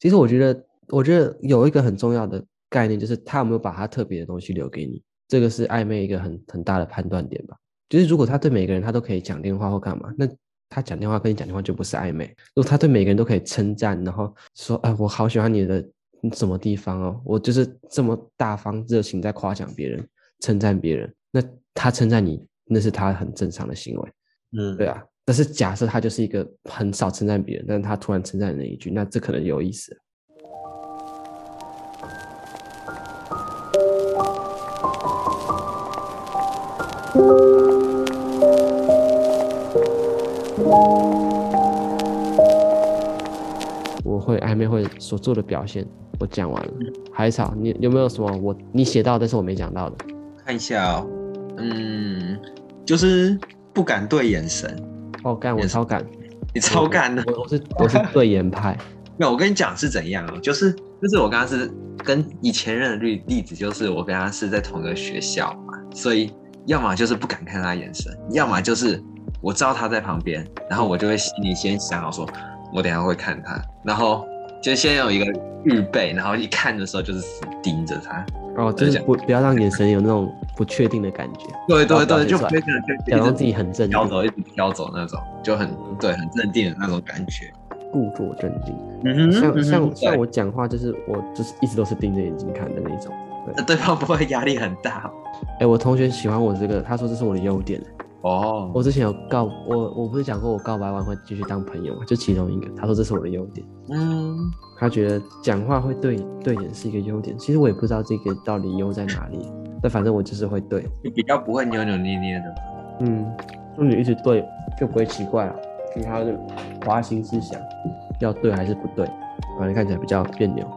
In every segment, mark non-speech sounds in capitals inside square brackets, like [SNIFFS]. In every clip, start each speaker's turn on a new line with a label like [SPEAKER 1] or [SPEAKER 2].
[SPEAKER 1] 其实我觉得，我觉得有一个很重要的概念，就是他有没有把他特别的东西留给你，这个是暧昧一个很很大的判断点吧。就是如果他对每个人他都可以讲电话或干嘛，那他讲电话跟你讲电话就不是暧昧。如果他对每个人都可以称赞，然后说啊、我好喜欢你的什么地方哦，我就是这么大方热情在夸奖别人、称赞别人，那他称赞你，那是他很正常的行为。
[SPEAKER 2] 嗯，
[SPEAKER 1] 对啊，但是假设他就是一个很少称赞别人，但是他突然称赞了一句，那这可能有意思。我会暧昧会所做的表现，我讲完了。
[SPEAKER 2] 嗯
[SPEAKER 1] 海草，你有没有什么我你写到但是我没讲到的？
[SPEAKER 2] 看一下哦，嗯，就是不敢对眼神，
[SPEAKER 1] 哦，干我
[SPEAKER 2] 也是
[SPEAKER 1] 超
[SPEAKER 2] [LAUGHS]
[SPEAKER 1] 敢，
[SPEAKER 2] 你超干的。
[SPEAKER 1] 我我是我是对眼派。
[SPEAKER 2] 没有，我跟你讲是怎样哦，就是就是我跟他是跟以前任的例例子，就是我跟他是在同一个学校嘛，所以要么就是不敢看他眼神，要么就是我知道他在旁边，然后我就会心里先想好说，我等一下会看他，然后就先有一个预备，然后一看的时候就是死盯着他，
[SPEAKER 1] 哦，就是
[SPEAKER 2] 讲
[SPEAKER 1] 不不要让眼神有那种不确定的感觉，
[SPEAKER 2] 对
[SPEAKER 1] 表
[SPEAKER 2] 对 [LAUGHS] 对，
[SPEAKER 1] 现
[SPEAKER 2] 就
[SPEAKER 1] 出来
[SPEAKER 2] 非常就
[SPEAKER 1] 假装自
[SPEAKER 2] 一
[SPEAKER 1] 己很镇
[SPEAKER 2] 直
[SPEAKER 1] 定
[SPEAKER 2] 飘，走，一直飘走那种，就很对，很镇定的那种感觉。
[SPEAKER 1] 故作镇定。
[SPEAKER 2] 嗯哼
[SPEAKER 1] 像像像
[SPEAKER 2] 对
[SPEAKER 1] 我讲话，就是我就是一直都是盯着眼睛看的那一种。
[SPEAKER 2] 那对方不会压力很大
[SPEAKER 1] 哎、我同学喜欢我这个，他说这是我的优点。
[SPEAKER 2] 哦
[SPEAKER 1] 我之前有告我我不是讲过我告白完会继续当朋友嘛，就其中一个，他说这是我的优点。
[SPEAKER 2] 嗯，
[SPEAKER 1] 他觉得讲话会对对眼是一个优点，其实我也不知道这个到底优在哪里，但反正我就是会对，
[SPEAKER 2] 就比较不会扭扭捏捏的。
[SPEAKER 1] 嗯，就你一直对就不会奇怪啊了，你还有花心思想，要对还是不对，反正看起来比较别扭。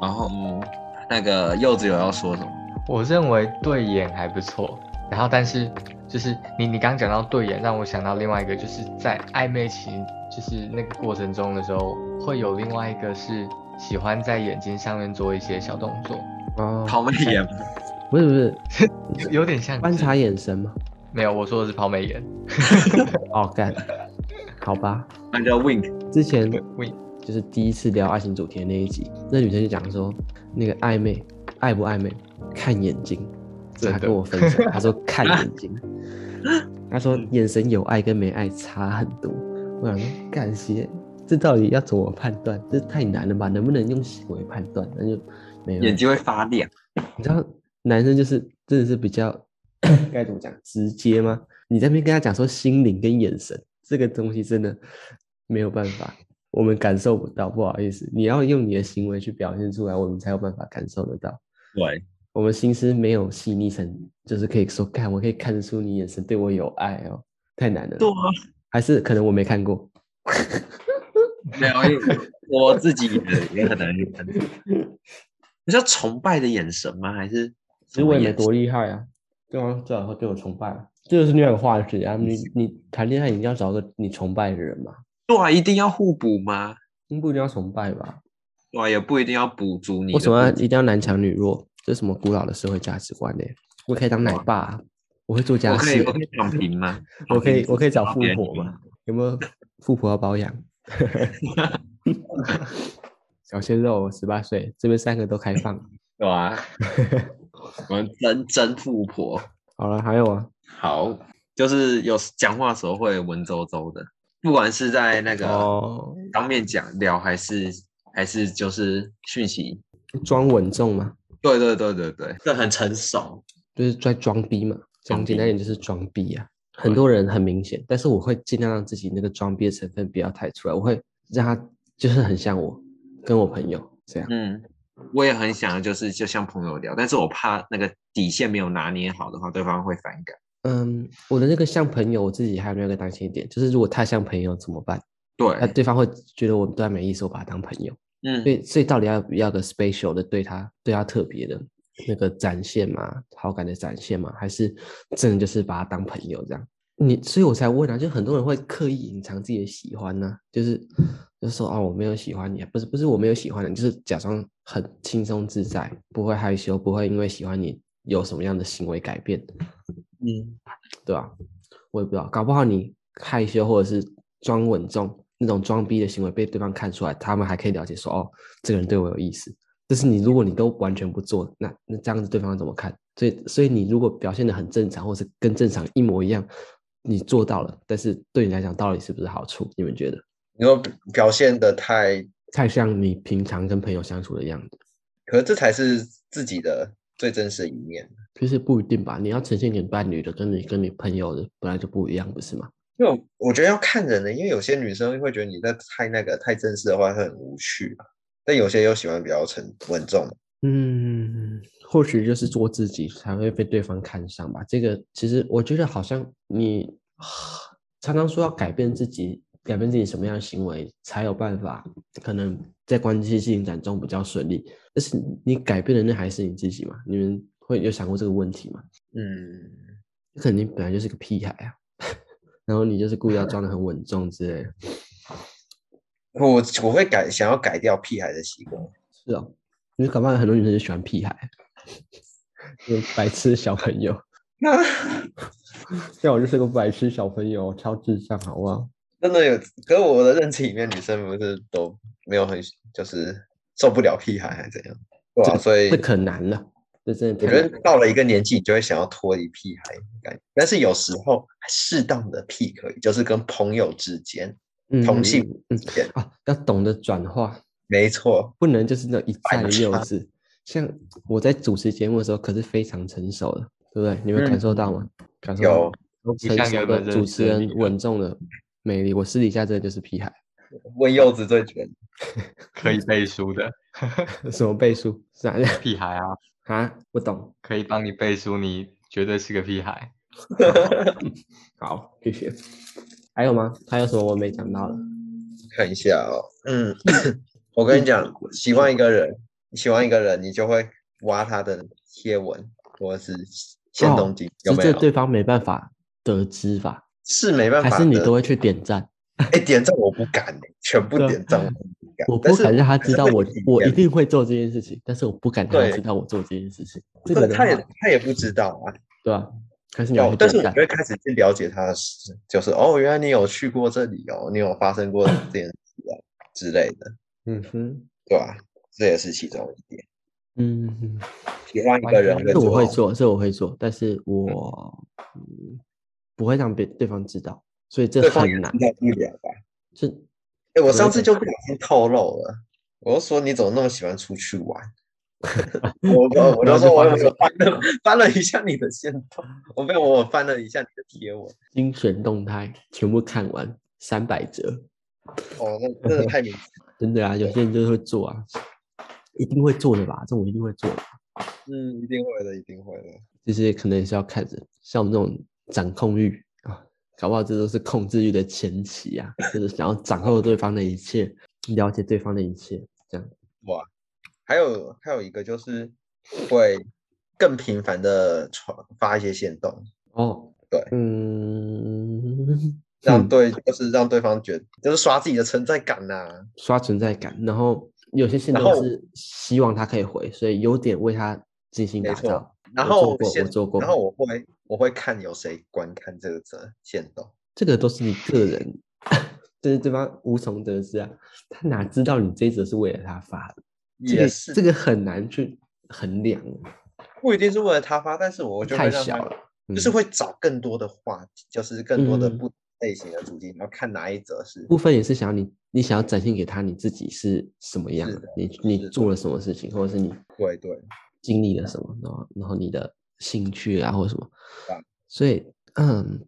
[SPEAKER 2] 然后
[SPEAKER 1] 哦
[SPEAKER 2] 那个柚子有要说什么？
[SPEAKER 3] 我认为对眼还不错，然后但是就是你你刚刚讲到对眼，让我想到另外一个，就是在暧昧期，就是那个过程中的时候，会有另外一个是喜欢在眼睛上面做一些小动作，
[SPEAKER 1] 哦，
[SPEAKER 2] 抛媚眼吗？
[SPEAKER 1] 不是不是，
[SPEAKER 3] 有点像
[SPEAKER 1] 观察眼神吗？
[SPEAKER 3] 没有，我说的是抛媚眼，
[SPEAKER 1] 哦，干，好吧。
[SPEAKER 2] 那叫
[SPEAKER 1] [LAUGHS]
[SPEAKER 2] wink。
[SPEAKER 1] 之前
[SPEAKER 3] 对，会
[SPEAKER 1] 就是第一次聊爱情主题的那一集，那女生就讲说，那个暧昧，爱不暧昧，看眼睛。
[SPEAKER 3] 真的
[SPEAKER 1] 她跟我分手，她说看眼
[SPEAKER 3] [LAUGHS]
[SPEAKER 1] 睛，她说
[SPEAKER 3] 嗯
[SPEAKER 1] 眼神有爱跟没爱差很多。我想说，感谢，这到底要怎么判断？这太难了吧？能不能用行为判断？那就没有
[SPEAKER 2] 眼睛会发亮，
[SPEAKER 1] 你知道男生就是真的是比较该怎么讲直接吗？你在那边跟他讲说心灵跟眼神这个东西真的没有办法，我们感受不到，不好意思，你要用你的行为去表现出来，我们才有办法感受得到。
[SPEAKER 2] 对，
[SPEAKER 1] 我们心思没有细腻成，就是可以说，看我可以看得出你眼神对我有爱哦，太难了。
[SPEAKER 2] 对啊，
[SPEAKER 1] 还是可能我没看过，
[SPEAKER 2] 没有，因为我自己也也很难去判断。你是要崇拜的眼神吗？还是
[SPEAKER 1] 其实我也没多厉害啊，对方最好会对我崇拜啊，这就是另外一个话题啊。你你谈恋爱一定要找个你崇拜的人嘛，
[SPEAKER 2] 对啊，一定要互补吗？
[SPEAKER 1] 你不一定要崇拜吧？
[SPEAKER 2] 对啊，也不一定要补足
[SPEAKER 1] 为
[SPEAKER 2] 你的不
[SPEAKER 1] 什
[SPEAKER 2] 足。
[SPEAKER 1] 么要一定要男强女弱？这是什么古老的社会价值观呢？我可以当奶爸啊、我会做家
[SPEAKER 2] 我可以
[SPEAKER 1] 事
[SPEAKER 2] 我可以躺平吗？
[SPEAKER 1] 我可以我可以找
[SPEAKER 2] 躺
[SPEAKER 1] 富
[SPEAKER 2] 平
[SPEAKER 1] 婆嘛？有没有富婆要保养？ [LAUGHS] 小鲜肉，十八岁，这边三个都开放。
[SPEAKER 2] 对啊， [LAUGHS] 我们真真富婆。
[SPEAKER 1] 好了，还有啊，
[SPEAKER 2] 好，就是有时讲话的时候会文绉绉的，不管是在那个
[SPEAKER 1] 哦
[SPEAKER 2] 当面讲聊，还是还是就是讯息。
[SPEAKER 1] 装稳重嘛，
[SPEAKER 2] 对对对对对，这很成熟。
[SPEAKER 1] 就是在装逼嘛，讲
[SPEAKER 2] 装
[SPEAKER 1] 简单点就是装逼啊。很多人很明显，但是我会尽量让自己那个装逼的成分不要太出来，我会让他就是很像我跟我朋友这样。
[SPEAKER 2] 嗯，我也很想就是就像朋友聊，但是我怕那个底线没有拿捏好的话，对方会反感。
[SPEAKER 1] 嗯，我的那个像朋友，我自己还有那个担心一点，就是如果太像朋友怎么办？那
[SPEAKER 2] 对，
[SPEAKER 1] 对方会觉得我对他没意思，我把他当朋友。所
[SPEAKER 2] 嗯，
[SPEAKER 1] 以，所以到底要要个 special 的对他对他特别的那个展现嘛，好感的展现嘛，还是真的就是把他当朋友这样？你，所以我才问啊，就很多人会刻意隐藏自己的喜欢呢、就是就说啊、我没有喜欢你，不是不是我没有喜欢你，就是假装很轻松自在，不会害羞，不会因为喜欢你有什么样的行为改变。
[SPEAKER 2] 嗯，
[SPEAKER 1] 对吧、我也不知道，搞不好你害羞或者是装稳重，那种装逼的行为被对方看出来，他们还可以了解说哦，这个人对我有意思。但是你如果你都完全不做，那那这样子对方怎么看？所以所以你如果表现的很正常，或是跟正常一模一样，你做到了，但是对你来讲到底是不是好处？你们觉得？
[SPEAKER 2] 你说表现的太，
[SPEAKER 1] 太像你平常跟朋友相处的样子，
[SPEAKER 2] 可是这才是自己的最真实的一面。
[SPEAKER 1] 其实不一定吧？你要呈现给伴侣的，跟你跟你朋友的本来就不一样，不是吗？
[SPEAKER 2] 因为我我觉得要看人的，因为有些女生会觉得你在太那个太正式的话会很无趣啊，但有些又喜欢比较沉稳重。
[SPEAKER 1] 嗯，或许就是做自己才会被对方看上吧。这个其实我觉得好像你常常说要改变自己，改变自己什么样的行为才有办法，可能在关系进展中比较顺利。但是你改变的那还是你自己嘛？你们会有想过这个问题吗？
[SPEAKER 2] 嗯，
[SPEAKER 1] 肯定本来就是个屁孩啊， [LAUGHS] 然后你就是故意要装的很稳重之类的。
[SPEAKER 2] 我我会改想要改掉屁孩的习惯。 [LAUGHS]
[SPEAKER 1] 是啊，因为搞不好很多女生就喜欢屁孩， [LAUGHS] 就是白痴小朋友。
[SPEAKER 2] 那
[SPEAKER 1] 像我就是个白痴小朋友，超智障，好不好？
[SPEAKER 2] 真的有，可是我的认知里面，女生不是都没有很就是受不了屁孩还是怎样？对啊，所以
[SPEAKER 1] 这可难了，这真的
[SPEAKER 2] 我
[SPEAKER 1] 太
[SPEAKER 2] 觉
[SPEAKER 1] 难
[SPEAKER 2] 得到了一个年纪，你就会想要脱离屁孩的感觉。但是有时候适当的屁可以，就是跟朋友之间、
[SPEAKER 1] 了
[SPEAKER 2] 同性
[SPEAKER 1] 嗯
[SPEAKER 2] 之间，
[SPEAKER 1] 啊，要懂得转化，
[SPEAKER 2] 没错，
[SPEAKER 1] 不能就是那一再的
[SPEAKER 2] 反
[SPEAKER 1] 幼
[SPEAKER 2] 差
[SPEAKER 1] 稚。像我在主持节目的时候，可是非常成熟的，对不对？你们
[SPEAKER 2] 嗯
[SPEAKER 1] 感受到吗？感受
[SPEAKER 2] 有
[SPEAKER 1] 到都
[SPEAKER 3] 不
[SPEAKER 1] 成
[SPEAKER 3] 像
[SPEAKER 1] 熟
[SPEAKER 3] 原本
[SPEAKER 1] 的
[SPEAKER 3] 认
[SPEAKER 1] 主
[SPEAKER 3] 识
[SPEAKER 1] 持
[SPEAKER 3] 的啊
[SPEAKER 1] 人
[SPEAKER 3] 你
[SPEAKER 1] 稳重的魅力。我私底下真的就是屁孩， [LAUGHS]
[SPEAKER 2] 问柚子最准。
[SPEAKER 3] 可以背书的
[SPEAKER 1] 什么背书是啊
[SPEAKER 3] 屁孩啊，
[SPEAKER 1] 啊，不懂。
[SPEAKER 3] 可以帮你背书，你绝对是个屁孩。
[SPEAKER 1] 好，谢谢。还有吗？还有什么我没讲到的？
[SPEAKER 2] 看一下哦，嗯， [COUGHS] 我跟你讲，
[SPEAKER 1] 嗯
[SPEAKER 2] 喜欢一个人，喜欢一个人，你就会挖他的贴文或者是现动机，有
[SPEAKER 1] 是
[SPEAKER 2] 没
[SPEAKER 1] 这
[SPEAKER 2] 有？
[SPEAKER 1] 哦对方没办法得知吧？
[SPEAKER 2] 是没办
[SPEAKER 1] 还
[SPEAKER 2] 法
[SPEAKER 1] 是你
[SPEAKER 2] 的
[SPEAKER 1] 都。会去点赞？
[SPEAKER 2] 哎，点赞我不敢，全部
[SPEAKER 1] 对啊
[SPEAKER 2] 点赞我不敢，
[SPEAKER 1] 我
[SPEAKER 2] 但
[SPEAKER 1] 不
[SPEAKER 2] 是
[SPEAKER 1] 敢让他
[SPEAKER 2] 还是
[SPEAKER 1] 知道
[SPEAKER 2] 会
[SPEAKER 1] 我
[SPEAKER 2] 有意，
[SPEAKER 1] 我一
[SPEAKER 2] 见
[SPEAKER 1] 定会做这件事情，但是我不敢让他
[SPEAKER 2] 对
[SPEAKER 1] 知道我做这件事情。这个
[SPEAKER 2] 对
[SPEAKER 1] 的
[SPEAKER 2] 他也
[SPEAKER 1] 话
[SPEAKER 2] 他也不知道啊。
[SPEAKER 1] 对吧？还是你要
[SPEAKER 2] 有，
[SPEAKER 1] 去
[SPEAKER 2] 但是
[SPEAKER 1] 点
[SPEAKER 2] 我
[SPEAKER 1] 赞
[SPEAKER 2] 就？会开始去了解他的事，就是哦，原来你有去过这里哦，你有发生过这件事啊之类的，
[SPEAKER 1] 嗯哼，
[SPEAKER 2] 对吧？这也是其中一点。
[SPEAKER 1] 嗯哼，
[SPEAKER 2] 喜欢一个人哦
[SPEAKER 3] 完
[SPEAKER 1] 哎
[SPEAKER 2] 跟
[SPEAKER 3] 全
[SPEAKER 1] 这我
[SPEAKER 2] 做
[SPEAKER 1] 会做，这我会做，但是我、嗯、不会让别对方知道，所以这
[SPEAKER 2] 对方也
[SPEAKER 1] 很
[SPEAKER 2] 知
[SPEAKER 1] 难。
[SPEAKER 2] 道不了吧？
[SPEAKER 1] 这
[SPEAKER 2] 哎，我
[SPEAKER 1] 有
[SPEAKER 2] 上次
[SPEAKER 1] 点
[SPEAKER 2] 就不小心透露了，我就说你怎么那么喜欢出去玩？ [LAUGHS] 我我我
[SPEAKER 1] 然后就
[SPEAKER 2] 就说
[SPEAKER 1] 发
[SPEAKER 2] 我有没
[SPEAKER 1] 现
[SPEAKER 2] 有翻了翻了一下你的线动，我没有，我翻了一下你的贴文。
[SPEAKER 1] 精选动态全部看完三百折，
[SPEAKER 2] 哦，那真的太明显。
[SPEAKER 1] 真的啊，有些人就是会做啊，一定会做的吧？这种一定会做的，
[SPEAKER 2] 嗯，一定会的，一定会的。
[SPEAKER 1] 就是可能也是要看人，像我们这种掌控欲啊，搞不好这都是控制欲的前期啊，就是想要掌控对方的一切，了解对方的一切，这样。
[SPEAKER 2] 还有还有一个就是会更频繁的传发一些线动，
[SPEAKER 1] 哦，
[SPEAKER 2] 对
[SPEAKER 1] 嗯，
[SPEAKER 2] 让
[SPEAKER 1] 嗯
[SPEAKER 2] 对、就是让对方觉得就是刷自己的存在感呐、
[SPEAKER 1] 刷存在感，然后有些信
[SPEAKER 2] 然
[SPEAKER 1] 都
[SPEAKER 2] 后
[SPEAKER 1] 是希望他可以回，所以有点为他精心
[SPEAKER 2] 没
[SPEAKER 1] 打
[SPEAKER 2] 错
[SPEAKER 1] 造。
[SPEAKER 2] 然
[SPEAKER 1] 我
[SPEAKER 2] 后
[SPEAKER 1] 做过，我
[SPEAKER 2] 线
[SPEAKER 1] 做过，
[SPEAKER 2] 然后我会我会看有谁观看这个这线动，
[SPEAKER 1] 这个都是你个人， [LAUGHS] 但是对方无从得知啊，他哪知道你这一则是为了他发的？这
[SPEAKER 2] 也
[SPEAKER 1] 个
[SPEAKER 2] 是
[SPEAKER 1] 这个很难去衡量，
[SPEAKER 2] 不一定是为了他发，但是我就会
[SPEAKER 1] 太
[SPEAKER 2] 让
[SPEAKER 1] 小
[SPEAKER 2] 他
[SPEAKER 1] 了，
[SPEAKER 2] 就是
[SPEAKER 1] 嗯
[SPEAKER 2] 会找更多的话题，就是更多的
[SPEAKER 1] 嗯
[SPEAKER 2] 不同类型的主题，然后看哪一则是
[SPEAKER 1] 部分也是想要你，你想要展现给他你自己是什么样
[SPEAKER 2] 是
[SPEAKER 1] 的
[SPEAKER 2] 的，
[SPEAKER 1] 你
[SPEAKER 2] 是
[SPEAKER 1] 你
[SPEAKER 2] 的
[SPEAKER 1] 做了什么事情，或者是你
[SPEAKER 2] 对对，
[SPEAKER 1] 经历了什么，然后然后你的兴趣啊或者什么
[SPEAKER 2] 对啊，
[SPEAKER 1] 所以嗯，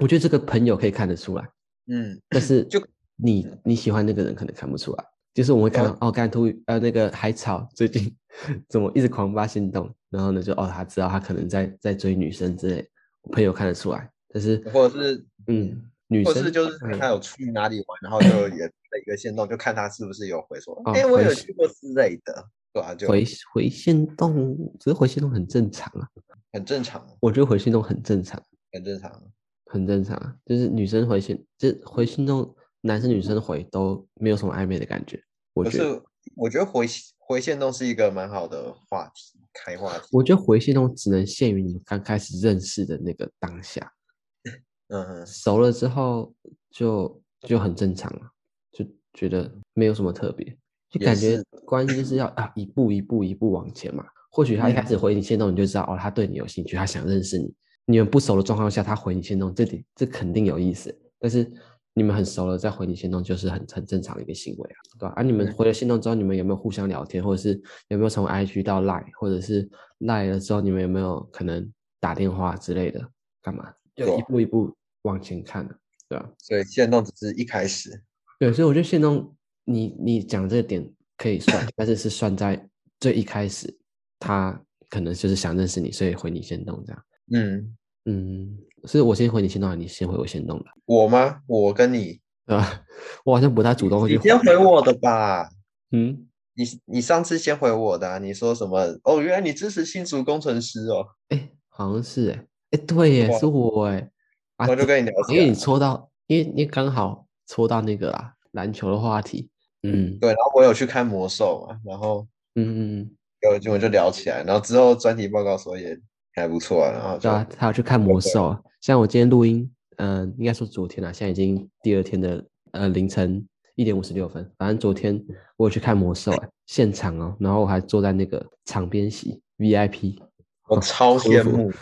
[SPEAKER 1] 我觉得这个朋友可以看得出来，
[SPEAKER 2] 嗯，
[SPEAKER 1] 但是
[SPEAKER 2] [LAUGHS] 就
[SPEAKER 1] 你你喜欢那个人可能看不出来，就是我们会看到
[SPEAKER 2] 对
[SPEAKER 1] 哦，干突呃那个海草最近 [LAUGHS] 怎么一直狂发心动，然后呢就哦他知道他可能在在追女生之类，我朋友看得出来，但是
[SPEAKER 2] 或者是
[SPEAKER 1] 嗯女
[SPEAKER 2] 或
[SPEAKER 1] 生
[SPEAKER 2] 是就是看
[SPEAKER 1] 嗯
[SPEAKER 2] 他有去哪里玩，然后就也在一个线动，就看他是不是有回说，
[SPEAKER 1] 哦
[SPEAKER 2] 哎、我
[SPEAKER 1] 回
[SPEAKER 2] 有
[SPEAKER 1] 信
[SPEAKER 2] 去过之类的，对啊，就
[SPEAKER 1] 回回线动，只是回线动很正常啊，
[SPEAKER 2] 很正常，
[SPEAKER 1] 我觉得回线动很正常。
[SPEAKER 2] 很正常。
[SPEAKER 1] 很正常啊，就是女生回信，就是回信中男生女生回都没有什么暧昧的感觉，我
[SPEAKER 2] 可
[SPEAKER 1] 觉得。
[SPEAKER 2] 是我觉得回回线动是一个蛮好的话题，开话题，
[SPEAKER 1] 我觉得回信中只能限于你们刚开始认识的那个当下，
[SPEAKER 2] 嗯哼，
[SPEAKER 1] 熟了之后就就很正常了。觉得没有什么特别，就
[SPEAKER 2] 也
[SPEAKER 1] 感觉
[SPEAKER 2] 是
[SPEAKER 1] 关系就是要 [COUGHS] 啊一步一步一步往前嘛。或许他一开
[SPEAKER 2] 嗯
[SPEAKER 1] 始回你线动，你就知道哦，他对你有兴趣，他想认识你。你们不熟的状况下，他回你线动，这点这肯定有意思。但是你们很熟了再回你线动，就是很很正常的一个行为啊，对吧、啊？你们回了线动之后，你们有没有互相聊天，或者是有没有从 IG 到 Line，或者是 Line 了之后，你们有没有可能打电话之类的？干嘛？
[SPEAKER 2] 对
[SPEAKER 1] 就
[SPEAKER 2] 啊
[SPEAKER 1] 一步一步往前看啊对吧、
[SPEAKER 2] 所以现动只是一开始，
[SPEAKER 1] 对，所以我觉得线动，你你讲这个点可以算，但是是算在最一开始，他可能就是想认识你，所以回你线动这样。
[SPEAKER 2] 嗯，
[SPEAKER 1] 嗯，是我先回你线动，还是你先回我线动的？ [LAUGHS]
[SPEAKER 2] 我吗？我跟你，
[SPEAKER 1] 对吧？我好像不太主动会
[SPEAKER 2] 你
[SPEAKER 1] 去
[SPEAKER 2] 先回我的吧。
[SPEAKER 1] 嗯，
[SPEAKER 2] 你你上次先回我的、啊，你说什么？哦，原来你支持新竹工程师哦，
[SPEAKER 1] 哎，好像是哎，哎，对耶，
[SPEAKER 2] 哇
[SPEAKER 1] 是我哎，啊，
[SPEAKER 2] 我就跟你聊起
[SPEAKER 1] 因为
[SPEAKER 2] 来
[SPEAKER 1] 你。戳到，因为你刚好戳到那个啦，篮球的话题。嗯
[SPEAKER 2] 对，然后我有去看魔兽嘛，然后
[SPEAKER 1] 嗯嗯，
[SPEAKER 2] 有就我就聊起来，然后之后专题报告说也还不错啊，然后
[SPEAKER 1] 对
[SPEAKER 2] 就
[SPEAKER 1] 啊，他要去看魔兽啊。像我今天录音，嗯、应该说昨天啦，现在已经第二天的呃凌晨一点五十六分。反正昨天我有去看魔兽、欸，现场哦，然后我还坐在那个场边席 VIP，
[SPEAKER 2] 我超
[SPEAKER 1] 舒
[SPEAKER 2] 羡
[SPEAKER 1] 服
[SPEAKER 2] 慕。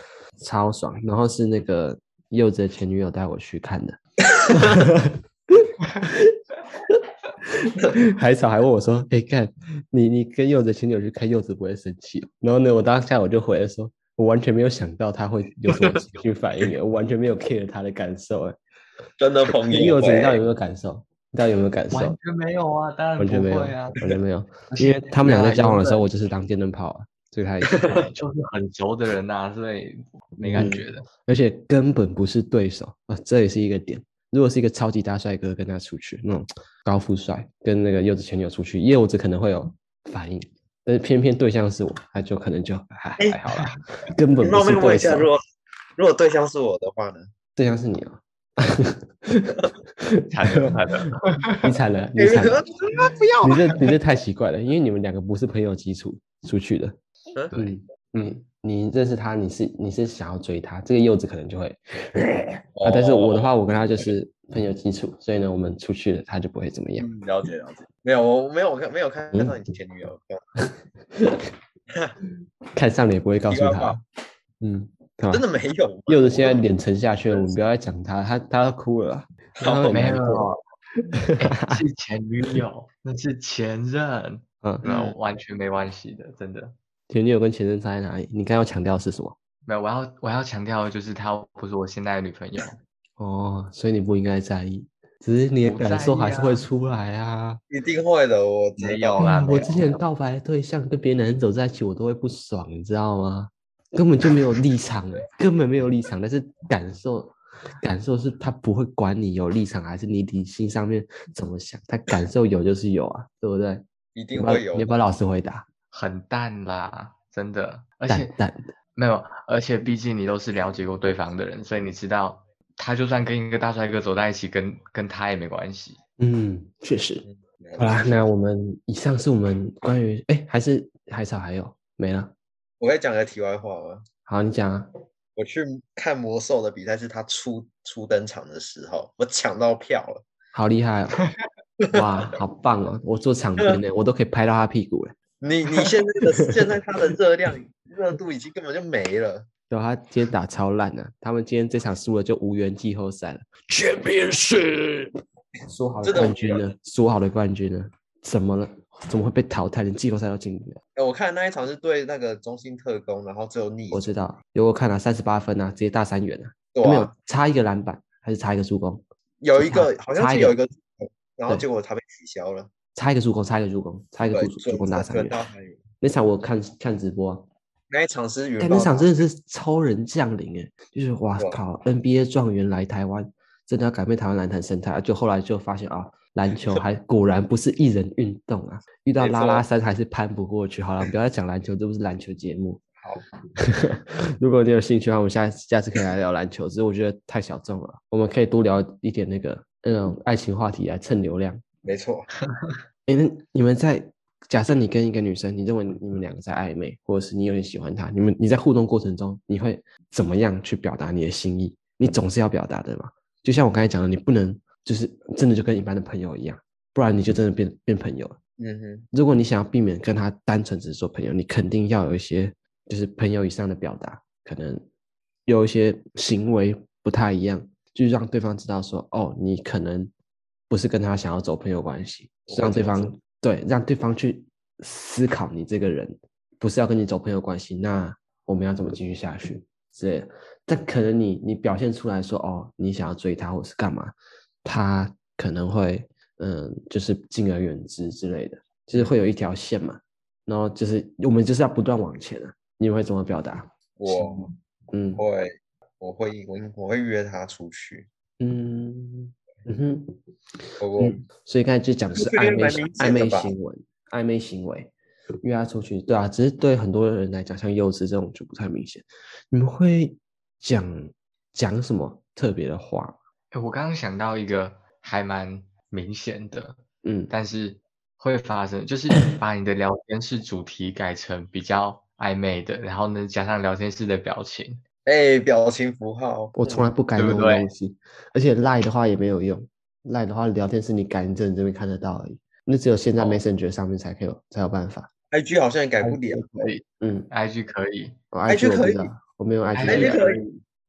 [SPEAKER 1] 超爽。然后是那个柚子的前女友带我去
[SPEAKER 2] [LAUGHS]
[SPEAKER 1] 看的，海草还问我说：“哎、看你你跟柚子前女友去看柚子不会生气哦？”然后呢，我当下我就回了说：“我完全没有想到他会有什么情绪反
[SPEAKER 2] [LAUGHS]
[SPEAKER 1] 应耶，我完全没有 care 他的感受。”哎，
[SPEAKER 2] 真的朋
[SPEAKER 1] 你柚
[SPEAKER 2] 友
[SPEAKER 1] 子你到底有
[SPEAKER 2] 欸，
[SPEAKER 1] 没有感受？你到底有没有感受？
[SPEAKER 3] 完全没有啊，当然
[SPEAKER 1] 完全
[SPEAKER 3] 不
[SPEAKER 1] 没有，
[SPEAKER 3] 会啊，
[SPEAKER 1] 完全没有
[SPEAKER 3] 而。且
[SPEAKER 1] 因为他们俩在交往的时候，
[SPEAKER 3] 原本
[SPEAKER 1] 我就是当电灯泡啊，所以他也
[SPEAKER 3] [LAUGHS] 就是很熟的人呐、所以没感觉的。
[SPEAKER 1] 而且根本不是对手啊，这也是一个点。如果是一个超级大帅哥跟他出去，那种高富帅跟那个柚子前女友出去，柚子可能会有反应，但是偏偏对象是我，他就可能就还
[SPEAKER 2] 哎
[SPEAKER 1] 还好啦，根本不
[SPEAKER 2] 冒昧
[SPEAKER 1] 是
[SPEAKER 2] 问
[SPEAKER 1] 对
[SPEAKER 2] 一下，
[SPEAKER 1] 手
[SPEAKER 2] 如。果如果对象是我的话呢？
[SPEAKER 1] 对象是你哦，
[SPEAKER 3] 惨了惨了，
[SPEAKER 1] [LAUGHS] 你惨了，
[SPEAKER 2] 哎
[SPEAKER 1] 你
[SPEAKER 2] [LAUGHS]
[SPEAKER 1] 惨了，
[SPEAKER 2] 啊不要
[SPEAKER 1] 你这你这太奇怪了，因为你们两个不是朋友基础出去的。
[SPEAKER 3] 对
[SPEAKER 1] 嗯嗯，你认识他，你是你是想要追他，这个柚子可能就会啊，但是我
[SPEAKER 3] 哦
[SPEAKER 1] 的话，我跟他就是朋友基础，所以呢，我们出去了，他就不会怎么样。
[SPEAKER 2] 嗯，了解了解。没有，我没有看，没有看
[SPEAKER 1] 嗯啊
[SPEAKER 2] 到你前女友。
[SPEAKER 3] 嗯
[SPEAKER 1] 看上了也不会告诉
[SPEAKER 2] 题外
[SPEAKER 1] 他
[SPEAKER 2] 话。
[SPEAKER 1] 嗯，干嘛
[SPEAKER 2] 真的没有吗，
[SPEAKER 1] 柚子现在脸沉下去了，我们不要再讲他，他他要哭了啊啦，他会
[SPEAKER 3] 没
[SPEAKER 1] 难过。
[SPEAKER 3] 有，哎 [LAUGHS] 是前女友，那是前任，
[SPEAKER 1] 嗯，
[SPEAKER 3] 那
[SPEAKER 2] 嗯
[SPEAKER 3] 完全没关系的，真的。
[SPEAKER 1] 前女友跟前任差在哪里？你刚刚要强调的是什么？
[SPEAKER 3] 没有，我要我要强调的就是她不是我现在的女朋友，
[SPEAKER 1] 哦，所以你不应该在意，只是你的
[SPEAKER 3] 不
[SPEAKER 1] 感
[SPEAKER 3] 在
[SPEAKER 1] 受
[SPEAKER 3] 意
[SPEAKER 1] 还是会
[SPEAKER 3] 啊
[SPEAKER 1] 出来啊。
[SPEAKER 2] 一定会的，我知
[SPEAKER 3] 没
[SPEAKER 2] 道
[SPEAKER 3] 有啦
[SPEAKER 1] 哇，嗯我
[SPEAKER 3] 没
[SPEAKER 1] 之
[SPEAKER 3] 有
[SPEAKER 1] 前告白的对象跟别的男人走在一起，我都会不爽，你知道吗？根本就没有立场欸，根本没有立场。但是感受，感受是他不会管你有立场还是你理性上面怎么想，他感受有就是有啊，对不对？
[SPEAKER 2] 一
[SPEAKER 1] 你
[SPEAKER 2] 定
[SPEAKER 1] 要不要
[SPEAKER 2] 会有
[SPEAKER 1] 你要不
[SPEAKER 2] 的。
[SPEAKER 1] 要老实回答？
[SPEAKER 3] 很淡啦，真的。而
[SPEAKER 1] 淡
[SPEAKER 3] 且
[SPEAKER 1] 淡的，
[SPEAKER 3] 没有，而且毕竟你都是了解过对方的人，所以你知道，他就算跟一个大帅哥走在一起，跟跟他也没关系。
[SPEAKER 1] 嗯，确实。
[SPEAKER 2] 嗯
[SPEAKER 1] 好啦，那我们以上是我们关于哎，还是海草还有没了？
[SPEAKER 2] 我可以讲个题外话吗？
[SPEAKER 1] 好，你讲啊。
[SPEAKER 2] 我去看魔兽的比赛是他初初登场的时候，我抢到票了。
[SPEAKER 1] 好厉
[SPEAKER 3] [LAUGHS]
[SPEAKER 1] 害哦！哇，好棒哦！我做场边的，我都可以拍到他屁股了。
[SPEAKER 2] 你你现在
[SPEAKER 1] [LAUGHS]
[SPEAKER 2] 的现在他的热量热度已经根本就没了。
[SPEAKER 1] 对，啊他今天打超烂的、他们今天这场输了就无缘季后赛了。全边是说好的
[SPEAKER 2] 真的无
[SPEAKER 1] 冠军呢？说好的冠军呢？怎么了？怎么会被淘汰？连季后赛都进不了？
[SPEAKER 2] 哎，我看那一场是对那个中心特工，然后最后逆
[SPEAKER 1] 我
[SPEAKER 2] 转，
[SPEAKER 1] 知道，有我看了三十八分啊，直接大三元啊，
[SPEAKER 2] 对
[SPEAKER 1] 没有
[SPEAKER 2] 啊，
[SPEAKER 1] 差一个篮板，还是差一个助攻，
[SPEAKER 2] 有
[SPEAKER 1] 就
[SPEAKER 2] 一
[SPEAKER 1] 差
[SPEAKER 2] 个好像
[SPEAKER 1] 差
[SPEAKER 2] 是
[SPEAKER 1] 一个
[SPEAKER 2] 有一个助攻，然后
[SPEAKER 1] 对
[SPEAKER 2] 结果他被取消了。
[SPEAKER 1] 差一个助攻，差一个助攻，差一个
[SPEAKER 2] 对，
[SPEAKER 1] 助
[SPEAKER 2] 最
[SPEAKER 1] 助攻大三
[SPEAKER 2] 分
[SPEAKER 1] 元。
[SPEAKER 2] 到韩语
[SPEAKER 1] 那场我看看直播啊、
[SPEAKER 2] 那一场是
[SPEAKER 1] 哎，
[SPEAKER 2] 云
[SPEAKER 1] 那
[SPEAKER 2] 豹
[SPEAKER 1] 场
[SPEAKER 2] 打
[SPEAKER 1] 真的是超人降临哎，就是哇
[SPEAKER 2] 哇
[SPEAKER 1] 靠，NBA 状元来台湾，真的要改变台湾篮坛生态。就后来就发现啊，篮球
[SPEAKER 2] [LAUGHS]
[SPEAKER 1] 还果然不是一人运动啊，遇到
[SPEAKER 2] 没
[SPEAKER 1] 拉拉
[SPEAKER 2] 错
[SPEAKER 1] 山还是攀不过去。好了，不要再讲篮球，这不是篮球节目。
[SPEAKER 2] 好，
[SPEAKER 1] [LAUGHS] 如果你有兴趣的话，我们下下次可以来聊篮球，只是我觉得太小众了，我们可以多聊一点那个那种爱情话题来啊蹭流量。
[SPEAKER 2] 没错，
[SPEAKER 1] 哎，那你们在假设你跟一个女生，你认为你们两个在暧昧，或者是你有点喜欢她，你们你在互动过程中，你会怎么样去表达你的心意？你总是要表达的嘛。就像我刚才讲的，你不能就是真的就跟一般的朋友一样，不然你就真的变变朋友了。
[SPEAKER 2] 嗯哼，
[SPEAKER 1] 如果你想要避免跟他单纯只是做朋友，你肯定要有一些就是朋友以上的表达，可能有一些行为不太一样，就是让对方知道说，哦，你可能不是跟他想要走朋友关系，
[SPEAKER 2] 我
[SPEAKER 1] 让
[SPEAKER 2] 会
[SPEAKER 1] 对
[SPEAKER 2] 这样
[SPEAKER 1] 方对让对方去思考你这个人不是要跟你走朋友关系，那我们要怎么继续下去之类的。但可能你你表现出来说，哦，你想要追他或是干嘛，他可能会嗯，就是敬而远之之类的，就是会有一条线嘛。然后就是我们就是要不断往前啊。你会怎么表达？
[SPEAKER 2] 我
[SPEAKER 1] 嗯
[SPEAKER 2] 会我会我我会约他出去，
[SPEAKER 1] 嗯嗯哼，
[SPEAKER 2] 不过
[SPEAKER 1] 嗯所以刚才就讲的是
[SPEAKER 2] 这个也
[SPEAKER 1] 暧昧
[SPEAKER 2] 蛮
[SPEAKER 1] 行暧
[SPEAKER 2] 明显的
[SPEAKER 1] 昧
[SPEAKER 2] 吧
[SPEAKER 1] 行为，暧昧行为约他出去，对啊，只是对很多人来讲，像幼稚这种就不太明显。你们会讲讲什么特别的话吗？
[SPEAKER 3] 诶我刚刚想到一个还蛮明显的，
[SPEAKER 1] 嗯
[SPEAKER 3] 但是会发生，就是把你的聊天室主题改成比较暧昧的，然后呢加上聊天室的表情，
[SPEAKER 2] 哎，表情符号，嗯
[SPEAKER 1] 我从来不改
[SPEAKER 3] 对
[SPEAKER 1] 那
[SPEAKER 3] 不
[SPEAKER 1] 种
[SPEAKER 3] 对
[SPEAKER 1] 东西，而且赖的话也没有用，赖的话聊天是你改，你真的这边看得到而已。那只有现在
[SPEAKER 3] 哦
[SPEAKER 1] Messenger 上面才可以有才有办法。
[SPEAKER 2] 来 IG 好像也改不了，
[SPEAKER 3] 可以
[SPEAKER 1] 嗯
[SPEAKER 3] ，IG 可以
[SPEAKER 1] 我
[SPEAKER 2] IG
[SPEAKER 1] 我不
[SPEAKER 2] 可
[SPEAKER 1] 知
[SPEAKER 2] 以
[SPEAKER 1] 道，我没有 IG
[SPEAKER 3] 可以
[SPEAKER 1] 聊
[SPEAKER 2] 可以，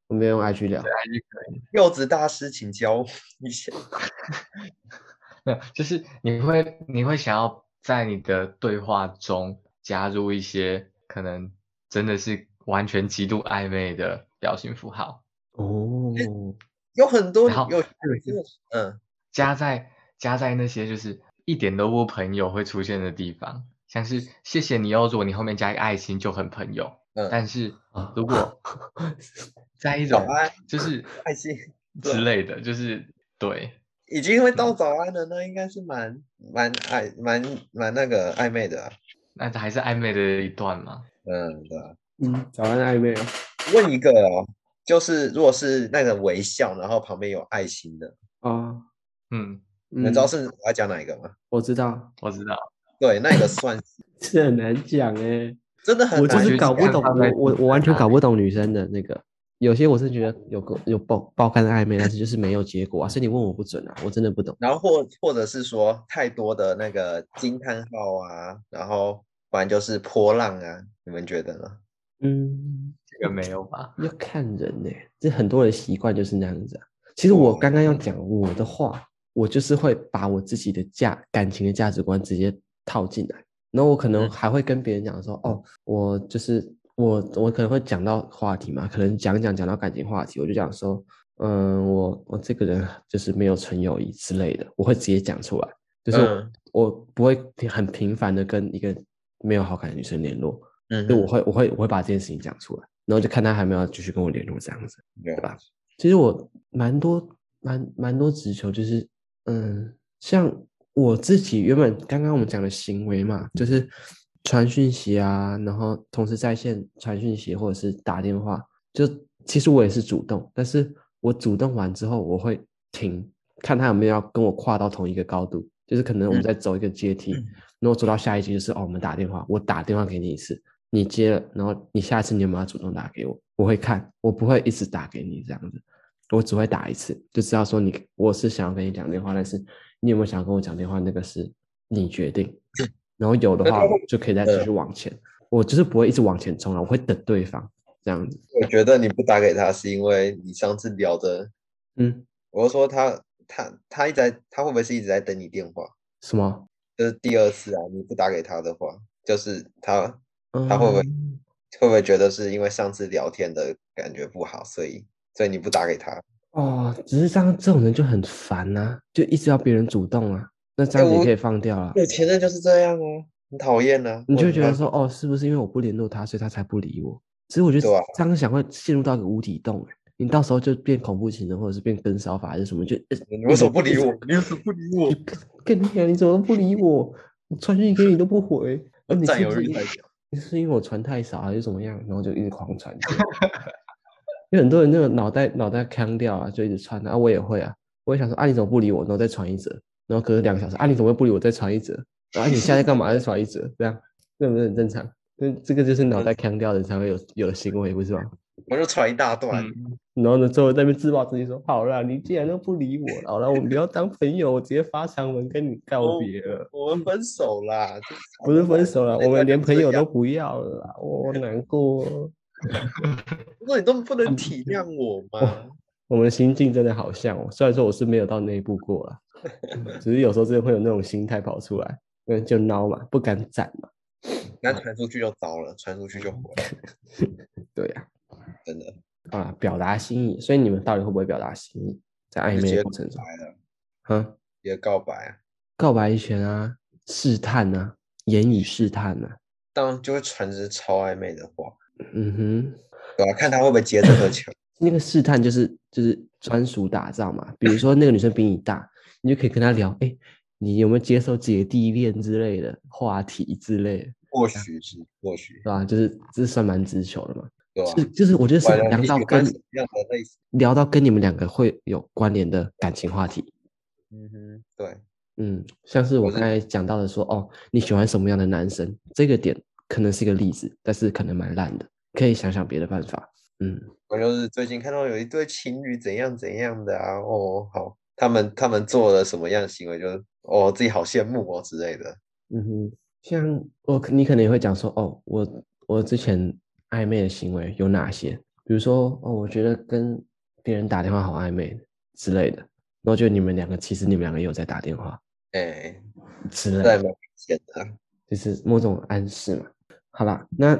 [SPEAKER 1] 我没有用 IG 聊。
[SPEAKER 3] ，IG 可以， [LAUGHS]
[SPEAKER 2] 柚子大师请教我一下， [LAUGHS]
[SPEAKER 3] 没有，就是你会你会想要在你的对话中加入一些可能真的是完全极度暧昧的表情符号，
[SPEAKER 1] 哦，
[SPEAKER 2] 有很多
[SPEAKER 3] 然后
[SPEAKER 2] 有
[SPEAKER 3] 有
[SPEAKER 2] 嗯，
[SPEAKER 3] 加在加在那些就是一点都不朋友会出现的地方，像是谢谢你哦，如果你后面加一个爱心就很朋友，
[SPEAKER 2] 嗯
[SPEAKER 3] 但是
[SPEAKER 1] 啊
[SPEAKER 3] 如果在一
[SPEAKER 2] 早
[SPEAKER 3] 种
[SPEAKER 2] 安， [LAUGHS]
[SPEAKER 3] 就是
[SPEAKER 2] 爱心对
[SPEAKER 3] 之类的，就是对，
[SPEAKER 2] 已经会到早安了，那应该是蛮蛮暧蛮蛮那个暧昧的啊、
[SPEAKER 3] 那还是暧昧的一段嘛。
[SPEAKER 2] 嗯，对啊。
[SPEAKER 1] [LAUGHS] 嗯，早安暧昧哦。
[SPEAKER 2] 问一个哦，就是如果是那个微笑，然后旁边有爱心的，
[SPEAKER 1] 啊，
[SPEAKER 3] 嗯，
[SPEAKER 2] 你
[SPEAKER 1] 你
[SPEAKER 2] 们知道是我要讲哪一个吗？
[SPEAKER 1] 我知道，
[SPEAKER 3] 我知道，
[SPEAKER 2] 对，那个算是
[SPEAKER 1] 这很难讲哎，
[SPEAKER 2] 真的很
[SPEAKER 1] 我
[SPEAKER 2] 难
[SPEAKER 1] 就
[SPEAKER 2] 去
[SPEAKER 1] 是
[SPEAKER 2] 讲。
[SPEAKER 1] 搞不懂，
[SPEAKER 3] 看他在
[SPEAKER 1] 我我我完全搞不懂女生的那个。有些我是觉得有个有爆爆肝的暧昧，但是就是没有结果啊，所以你问我不准啊，我真的不懂。
[SPEAKER 2] 然后或或者是说太多的那个惊叹号啊，然后不然就是波浪啊，你们觉得呢？
[SPEAKER 1] 嗯，
[SPEAKER 3] 这个没有吧？
[SPEAKER 1] 要看人呢、这很多人习惯就是那样子啊。其实我
[SPEAKER 2] 哦
[SPEAKER 1] 刚刚要讲我的话，我就是会把我自己的价感情的价值观直接套进来，然后我可能
[SPEAKER 2] 嗯
[SPEAKER 1] 还会跟别人讲说，哦，我就是我，我可能会讲到话题嘛，可能讲讲讲到感情话题，我就讲说，嗯，我我这个人就是没有纯友谊之类的，我会直接讲出来，就是我,、
[SPEAKER 2] 嗯
[SPEAKER 1] 我不会频很频繁的跟一个没有好感的女生联络，
[SPEAKER 2] 嗯
[SPEAKER 1] 就我
[SPEAKER 2] 哼
[SPEAKER 1] 会我会我会把这件事情讲出来，然后就看他还没有继续跟我联络这样子，
[SPEAKER 2] 对
[SPEAKER 1] 对吧？其实我蛮多蛮蛮多直球，就是嗯，像我自己原本刚刚我们讲的行为嘛，就是传讯息啊，然后同时在线传讯息或者是打电话，就其实我也是主动，但是我主动完之后我会停，看他有没有要跟我跨到同一个高度，就是可能我们
[SPEAKER 2] 嗯
[SPEAKER 1] 在走一个阶梯，
[SPEAKER 2] 嗯
[SPEAKER 1] 然后走到下一阶就是哦，我们打电话，我打电话给你一次，你接了，然后你下次你有没有要主动打给我？我会看，我不会一直打给你这样子，我只会打一次，就知道说你我是想要跟你讲电话，但是你有没有想要跟我讲电话，那个是你决定。然后有的话就可以
[SPEAKER 2] 呃
[SPEAKER 1] 再继续往前，我就是不会一直往前冲了，我会等对方这样子。
[SPEAKER 2] 我觉得你不打给他是因为你上次聊的，
[SPEAKER 1] 嗯，
[SPEAKER 2] 我就说他他他一直在，他会不会是一直在等你电话？
[SPEAKER 1] 什么？
[SPEAKER 2] 就是第二次啊，你不打给他的话，就是他
[SPEAKER 1] 嗯、
[SPEAKER 2] 他会不会会不会觉得是因为上次聊天的感觉不好，所以所以你不打给他？
[SPEAKER 1] 哦，只是这样这种人就很烦呐、就一直要别人主动啊，那这样
[SPEAKER 2] 哎
[SPEAKER 1] 子也
[SPEAKER 2] 我
[SPEAKER 1] 可以放掉啊。
[SPEAKER 2] 有前任就是这样啊，很讨厌啊。
[SPEAKER 1] 你
[SPEAKER 2] 我
[SPEAKER 1] 就会觉
[SPEAKER 2] 很
[SPEAKER 1] 得
[SPEAKER 2] 讨
[SPEAKER 1] 说，哦，是不是因为我不联络他，所以他才不理我？其实我觉得
[SPEAKER 2] 对啊
[SPEAKER 1] 这样想会陷入到一个无底洞、欸，你到时候就变恐怖情人，或者是变跟骚法还是什么，就呃
[SPEAKER 2] 你为什么不理
[SPEAKER 1] 一直
[SPEAKER 2] 我？你为什么不理我
[SPEAKER 1] 你？ [LAUGHS] 跟你讲，你怎么都不理我？我传讯息给你都不回，而你
[SPEAKER 2] 占
[SPEAKER 1] 是
[SPEAKER 2] 有
[SPEAKER 1] 不是
[SPEAKER 2] 欲
[SPEAKER 1] 因
[SPEAKER 2] 太强。
[SPEAKER 1] 你是因为我传太少啊还是怎么样？然后就一直狂传之类的。有很多人那个脑袋脑袋坑掉啊，就一直传啊，我也会啊，我也想说啊，你怎么不理我？然后再传一则，然后隔了两个小时啊，你怎么会不理我？再传一则，然后、啊、你现在干嘛？再传一则，这样，这不是很正常？这这个就是脑袋坑掉的才会有有的行为，不是吗？
[SPEAKER 2] 我就传一大段，
[SPEAKER 3] [LAUGHS] 嗯，
[SPEAKER 1] 然后呢，最后在那边自暴自弃说：“好啦，你既然都不理我了，好啦，我们不要当朋友，我直接发长文跟你告
[SPEAKER 2] 哦
[SPEAKER 1] 别了。”
[SPEAKER 2] 我们分手啦，就是
[SPEAKER 1] [LAUGHS] 不是分手了，
[SPEAKER 2] 那
[SPEAKER 1] 我们
[SPEAKER 2] 段
[SPEAKER 1] 连
[SPEAKER 2] 就
[SPEAKER 1] 朋
[SPEAKER 2] 这
[SPEAKER 1] 友
[SPEAKER 2] 样
[SPEAKER 1] 都不要了啦，我难过哦。
[SPEAKER 2] 我说你都不
[SPEAKER 1] 嗯
[SPEAKER 2] 能体谅我吗？
[SPEAKER 1] 我们的心境真的好像哦，虽然说我是没有到那一步过啦，只是有时候真的会有那种心态跑出来，嗯，就孬嘛，不敢攒嘛，
[SPEAKER 2] 那传出去就糟了，传出去就火了，
[SPEAKER 1] 对呀、
[SPEAKER 2] 真的
[SPEAKER 1] 啊，表达心意，所以你们到底会不会表达心意？在暧
[SPEAKER 2] 直
[SPEAKER 1] 昧
[SPEAKER 2] 接
[SPEAKER 1] 的过程中，
[SPEAKER 2] 来了，
[SPEAKER 1] 啊，
[SPEAKER 2] 也哎告白啊，
[SPEAKER 1] 告白一拳啊，试探啊，言语试探啊，
[SPEAKER 2] 当然就会传着超暧昧的话，
[SPEAKER 1] 嗯哼，
[SPEAKER 2] 对吧、看他会不会接这
[SPEAKER 1] [LAUGHS]
[SPEAKER 2] 个球，
[SPEAKER 1] 那个试探就是就是专属打造嘛，比如说那个女生比你大，你就可以跟她聊，哎、你有没有接受自己的第一恋之类的话题之类的，
[SPEAKER 2] 或许是，或许
[SPEAKER 1] 对吧？就是这算蛮直球的嘛，
[SPEAKER 2] 对吧、
[SPEAKER 1] 是就是我觉得是
[SPEAKER 2] 晚上
[SPEAKER 1] 聊
[SPEAKER 2] 你喜
[SPEAKER 1] 到
[SPEAKER 2] 欢
[SPEAKER 1] 跟
[SPEAKER 2] 什么样的类型？
[SPEAKER 1] 聊到跟你们两个会有关联的感情话题，
[SPEAKER 2] 嗯哼，对，
[SPEAKER 1] 嗯，像是我
[SPEAKER 2] 我是
[SPEAKER 1] 刚才讲到的说，哦，你喜欢什么样的男生，这个点可能是一个例子，但是可能蛮烂的，可以想想别的办法，嗯，
[SPEAKER 2] 我就是最近看到有一对情侣怎样怎样的啊，哦，好，他们他们做了什么样的行为，就是哦自己好羡慕哦之类的，
[SPEAKER 1] 嗯哼，像我可，你可能也会讲说，哦，我我之前暧昧的行为有哪些？比如说，哦，我觉得跟别人打电话好暧昧之类的，然后就你们两个，其实你们两个也有在打电话
[SPEAKER 2] 哎，
[SPEAKER 1] 之类
[SPEAKER 2] 这还
[SPEAKER 1] 的，
[SPEAKER 2] 蛮明显的啊。
[SPEAKER 1] 就是某种暗示嘛。好啦，那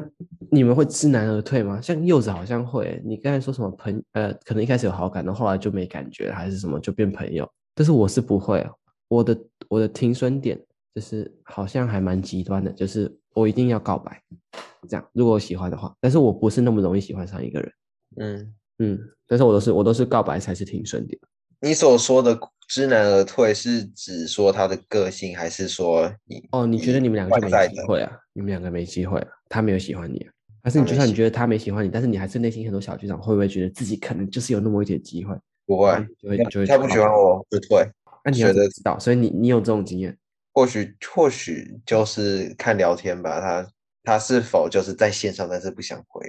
[SPEAKER 1] 你们会知难而退吗？像柚子好像会欸，你刚才说什么朋呃，可能一开始有好感，然后后来就没感觉，还是什么就变朋友？但是我是不会哦，我的我的停损点就是好像还蛮极端的，就是我一定要告白，这样如果我喜欢的话，但是我不是那么容易喜欢上一个人，
[SPEAKER 2] 嗯，
[SPEAKER 1] 嗯，但是我都是我都是告白才是停损点，
[SPEAKER 2] 你所说的知难而退，是指说他的个性，还是说你？
[SPEAKER 1] 哦，你觉得你们两个就
[SPEAKER 2] 嗯外在
[SPEAKER 1] 没机
[SPEAKER 2] 的
[SPEAKER 1] 会啊？你们两个没机会、啊，他没有喜欢你、啊。但是你
[SPEAKER 2] 他
[SPEAKER 1] 就
[SPEAKER 2] 没
[SPEAKER 1] 算你
[SPEAKER 2] 喜
[SPEAKER 1] 觉得他没喜欢你，但是你还是内心很多小剧场，会不会觉得自己可能就是有那么一点机会？
[SPEAKER 2] 不
[SPEAKER 1] 然后
[SPEAKER 2] 会
[SPEAKER 1] 你，就会你就会
[SPEAKER 2] 他他不
[SPEAKER 1] 去
[SPEAKER 2] 喜
[SPEAKER 1] 告
[SPEAKER 2] 欢
[SPEAKER 1] 白，
[SPEAKER 2] 我不退，
[SPEAKER 1] 那、你要
[SPEAKER 2] 觉
[SPEAKER 1] 怎么
[SPEAKER 2] 得
[SPEAKER 1] 知道？所以你你有这种经验，
[SPEAKER 2] 或许或许就是看聊天吧，他他是否就是在线上，但是不想回，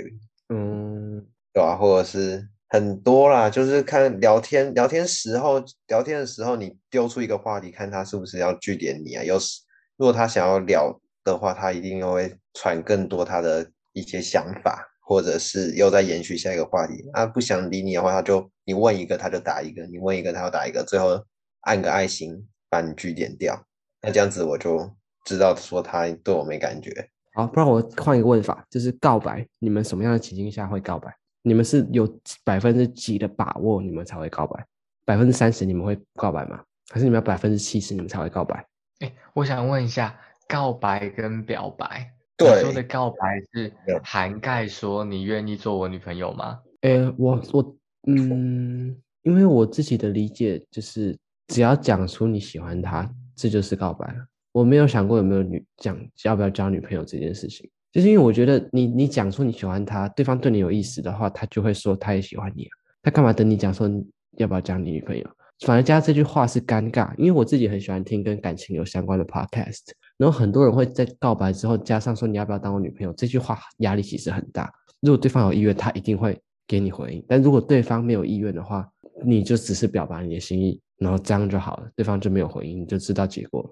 [SPEAKER 1] 嗯，
[SPEAKER 2] 对吧、或者是很多啦，就是看聊天聊天时候聊天的时候，你丢出一个话题，看他是不是要据点你啊。有时如果他想要聊的话，他一定又会传更多他的一些想法，或者是又在延续下一个话题。他不想理你的话，他就你问一个他就打一个，你问一个他就打一个，最后按个爱心把你据点掉。那这样子我就知道说他对我没感觉。
[SPEAKER 1] 好，不然我换一个问法，就是告白，你们什么样的情境下会告白？你们是有百分之几的把握你们才会告白？百分之三十你们会告白吗？还是你们要百分之七十你们才会告白？
[SPEAKER 3] 哎，我想问一下，告白跟表白，你说的
[SPEAKER 2] 对，
[SPEAKER 3] 告白是
[SPEAKER 2] 没有
[SPEAKER 3] 涵盖说你愿意做我女朋友吗？
[SPEAKER 1] 诶，我我嗯，因为我自己的理解就是，只要讲出你喜欢他，这就是告白了。我没有想过有没有女讲要不要交女朋友这件事情，就是因为我觉得你你讲出你喜欢他，对方对你有意思的话，他就会说他也喜欢你啊。他干嘛等你讲说你要不要交你女朋友？反而加这句话是尴尬，因为我自己很喜欢听跟感情有相关的 podcast，然后很多人会在告白之后加上说你要不要当我女朋友这句话，压力其实很大。如果对方有意愿，他一定会给你回应；但如果对方没有意愿的话，你就只是表达你的心意，然后这样就好了，对方就没有回应，你就知道结果了。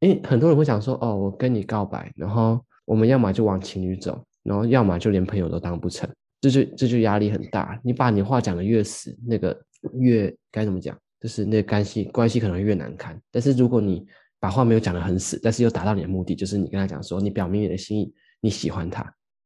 [SPEAKER 1] 因为很多人会想说，哦，我跟你告白，然后我们要么就往情侣走，然后要么就连朋友都当不成，这就这就压力很大。你把你话讲的越死，那个越该怎么讲，就是那个关系关系可能越难堪。但是如果你把话没有讲得很死，但是又达到你的目的，就是你跟他讲说，你表明你的心意，你喜欢他，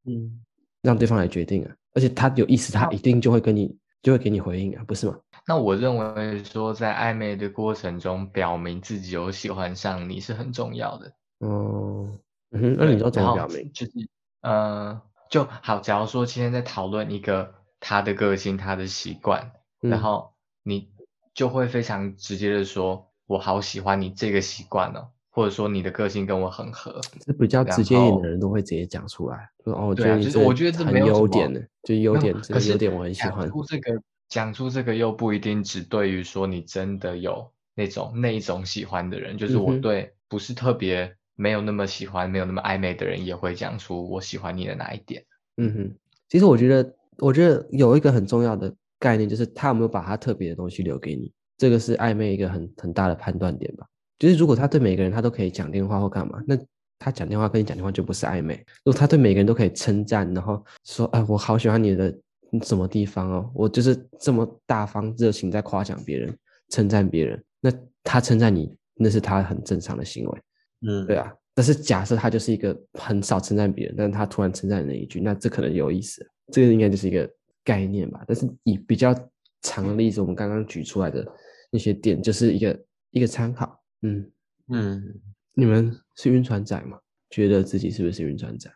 [SPEAKER 2] 嗯。
[SPEAKER 1] 让对方来决定啊。而且他有意思，他一定就会跟你就会给你回应啊，不是吗？
[SPEAKER 3] 那我认为说，在暧昧的过程中，表明自己有喜欢上你是很重要的。
[SPEAKER 1] 哦，嗯哼，那
[SPEAKER 3] 对
[SPEAKER 1] 你要怎
[SPEAKER 3] 然
[SPEAKER 1] 么
[SPEAKER 3] 后
[SPEAKER 1] 表明？
[SPEAKER 3] 就是呃，就好。假如说今天在讨论一个他的个性、他的习惯，然
[SPEAKER 1] 嗯
[SPEAKER 3] 后你就会非常直接的说：“我好喜欢你这个习惯哦。”或者说你的个性跟我很合，
[SPEAKER 1] 这比较
[SPEAKER 3] 然
[SPEAKER 1] 直接一点
[SPEAKER 3] 后
[SPEAKER 1] 的人都会直接讲出来，说哦，我觉
[SPEAKER 3] 对
[SPEAKER 1] 得
[SPEAKER 3] 啊
[SPEAKER 1] 你
[SPEAKER 3] 就是
[SPEAKER 1] 这
[SPEAKER 3] 我觉得这
[SPEAKER 1] 很
[SPEAKER 3] 没有什
[SPEAKER 1] 优
[SPEAKER 3] 么
[SPEAKER 1] 点的，就优
[SPEAKER 3] 没有
[SPEAKER 1] 点，这
[SPEAKER 3] 可
[SPEAKER 1] 个
[SPEAKER 3] 是哎
[SPEAKER 1] 优点我很喜
[SPEAKER 3] 讲
[SPEAKER 1] 欢。
[SPEAKER 3] 出这个，讲出这个又不一定只对于说你真的有那种那一种喜欢的人，就是
[SPEAKER 1] 嗯
[SPEAKER 3] 我
[SPEAKER 1] 哼
[SPEAKER 3] 对不是特别没有那么喜欢、没有那么暧昧的人，也会讲出我喜欢你的哪一点。
[SPEAKER 1] 嗯哼，其实我觉得我觉得有一个很重要的概念，就是他有没有把他特别的东西留给你，这个是暧昧一个很很大的判断点吧。就是如果他对每个人他都可以讲电话或干嘛，那他讲电话跟你讲电话就不是暧昧。如果他对每个人都可以称赞，然后说啊、我好喜欢你的什么地方哦，我就是这么大方热情在夸奖别人、称赞别人，那他称赞你那是他很正常的行为。
[SPEAKER 2] 嗯，
[SPEAKER 1] 对啊，但是假设他就是一个很少称赞别人，但是他突然称赞了一句，那这可能有意思。这个应该就是一个概念吧。但是以比较长的例子，我们刚刚举出来的那些点，就是一个一个参考。嗯，
[SPEAKER 2] 嗯，
[SPEAKER 1] 你们是晕船仔吗？觉得自己是不是晕船仔？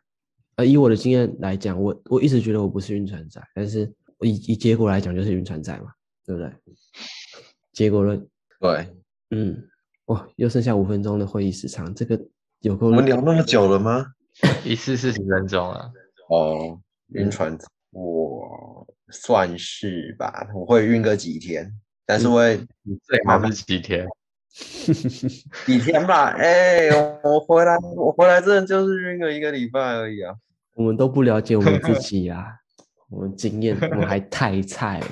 [SPEAKER 1] 呃，以我的经验来讲，我我一直觉得我不是晕船仔，但是我以以结果来讲就是晕船仔嘛，对不对？结果论，
[SPEAKER 2] 对，
[SPEAKER 1] 嗯，哇，又剩下五分钟的会议时长，这个有够
[SPEAKER 2] 我们
[SPEAKER 1] 累
[SPEAKER 2] 聊那么久了吗？
[SPEAKER 3] 一次四十分钟啊，
[SPEAKER 2] 哦，
[SPEAKER 1] 嗯
[SPEAKER 2] 晕船仔，我算是吧，我会晕个几天，但
[SPEAKER 1] 嗯
[SPEAKER 2] 是我会
[SPEAKER 3] 最好是几天？
[SPEAKER 2] 几天吧，哎、我回来，我回来真的就是晕个一个礼拜而已啊。
[SPEAKER 1] 我们都不了解我们自己啊，我们经验我们还太菜了，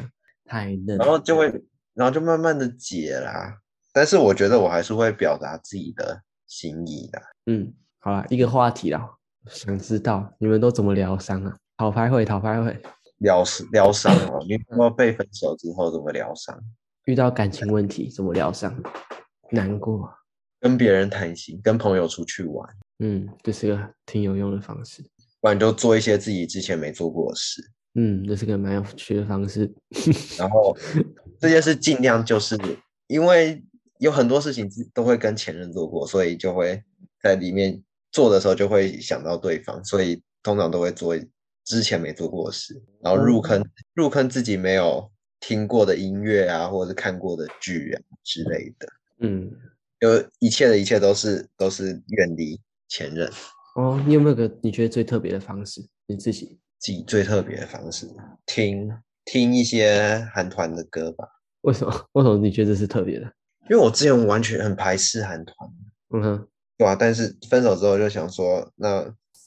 [SPEAKER 1] 太嫩
[SPEAKER 2] 然后
[SPEAKER 1] 了。
[SPEAKER 2] 就会，然后就慢慢的解啦。但是我觉得我还是会表达自己的心意的。
[SPEAKER 1] 嗯，好啦，一个话题啦，想知道你们都怎么疗伤啊？讨拍会，讨拍会，
[SPEAKER 2] 疗伤疗伤哦，你
[SPEAKER 1] 嗯
[SPEAKER 2] 说被分手之后怎么疗伤？
[SPEAKER 1] 遇到感情问题怎么疗伤？难过，
[SPEAKER 2] 跟别人谈心，跟朋友出去玩，
[SPEAKER 1] 嗯，这是个挺有用的方式，
[SPEAKER 2] 不然就做一些自己之前没做过的事。
[SPEAKER 1] 嗯，这是个蛮有趣的方式，
[SPEAKER 2] 然后这件事尽量就是因为有很多事情自都会跟前任做过，所以就会在里面做的时候就会想到对方，所以通常都会做之前没做过的事，然后入坑入坑自己没有听过的音乐啊，或者是看过的剧啊之类的，
[SPEAKER 1] 嗯，
[SPEAKER 2] 就一切的一切都是都是远离前任，
[SPEAKER 1] 哦，你有没有个你觉得最特别的方式？你自己
[SPEAKER 2] 自己最特别的方式，听听一些韩团的歌吧，
[SPEAKER 1] 为什么？ [LAUGHS] 为什么你觉得这是特别的？
[SPEAKER 2] 因为我之前完全很排斥韩团。
[SPEAKER 1] 嗯哼，
[SPEAKER 2] 对啊，但是分手之后就想说，那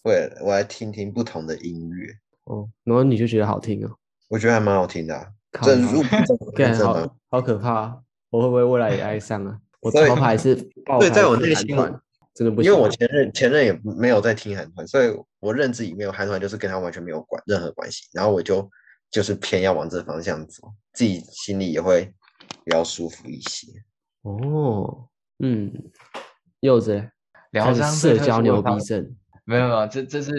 [SPEAKER 2] 为了我来听听不同的音乐，
[SPEAKER 1] 哦，然后你就觉得好听哦，
[SPEAKER 2] 我觉得还蛮好听的、啊。
[SPEAKER 1] 靠
[SPEAKER 2] 正
[SPEAKER 1] 腰
[SPEAKER 2] 入
[SPEAKER 1] [LAUGHS]
[SPEAKER 2] 正
[SPEAKER 1] 干
[SPEAKER 2] 正的，
[SPEAKER 1] 好好可怕、啊！我会不会未来也爱上啊？我
[SPEAKER 2] 所以
[SPEAKER 1] 超排是爆
[SPEAKER 2] 对在
[SPEAKER 1] 排
[SPEAKER 2] 我
[SPEAKER 1] 斥
[SPEAKER 2] 内
[SPEAKER 1] 韩
[SPEAKER 2] 心
[SPEAKER 1] 团真的不
[SPEAKER 2] 因为
[SPEAKER 1] 行。啊
[SPEAKER 2] 我前任前任也没有在听韩团，所以我认知里面有韩团就是跟他完全没有关任何关系，然后我就就是偏要往这方向走，自己心里也会比较舒服一
[SPEAKER 1] [LAUGHS]
[SPEAKER 2] 些。
[SPEAKER 1] 哦，嗯，柚子嘞
[SPEAKER 3] 疗
[SPEAKER 1] 开始
[SPEAKER 3] 伤最
[SPEAKER 1] 社
[SPEAKER 3] 特
[SPEAKER 1] 交
[SPEAKER 3] 殊的
[SPEAKER 1] 牛
[SPEAKER 3] 方
[SPEAKER 1] 逼症，
[SPEAKER 3] 没有没有，这这是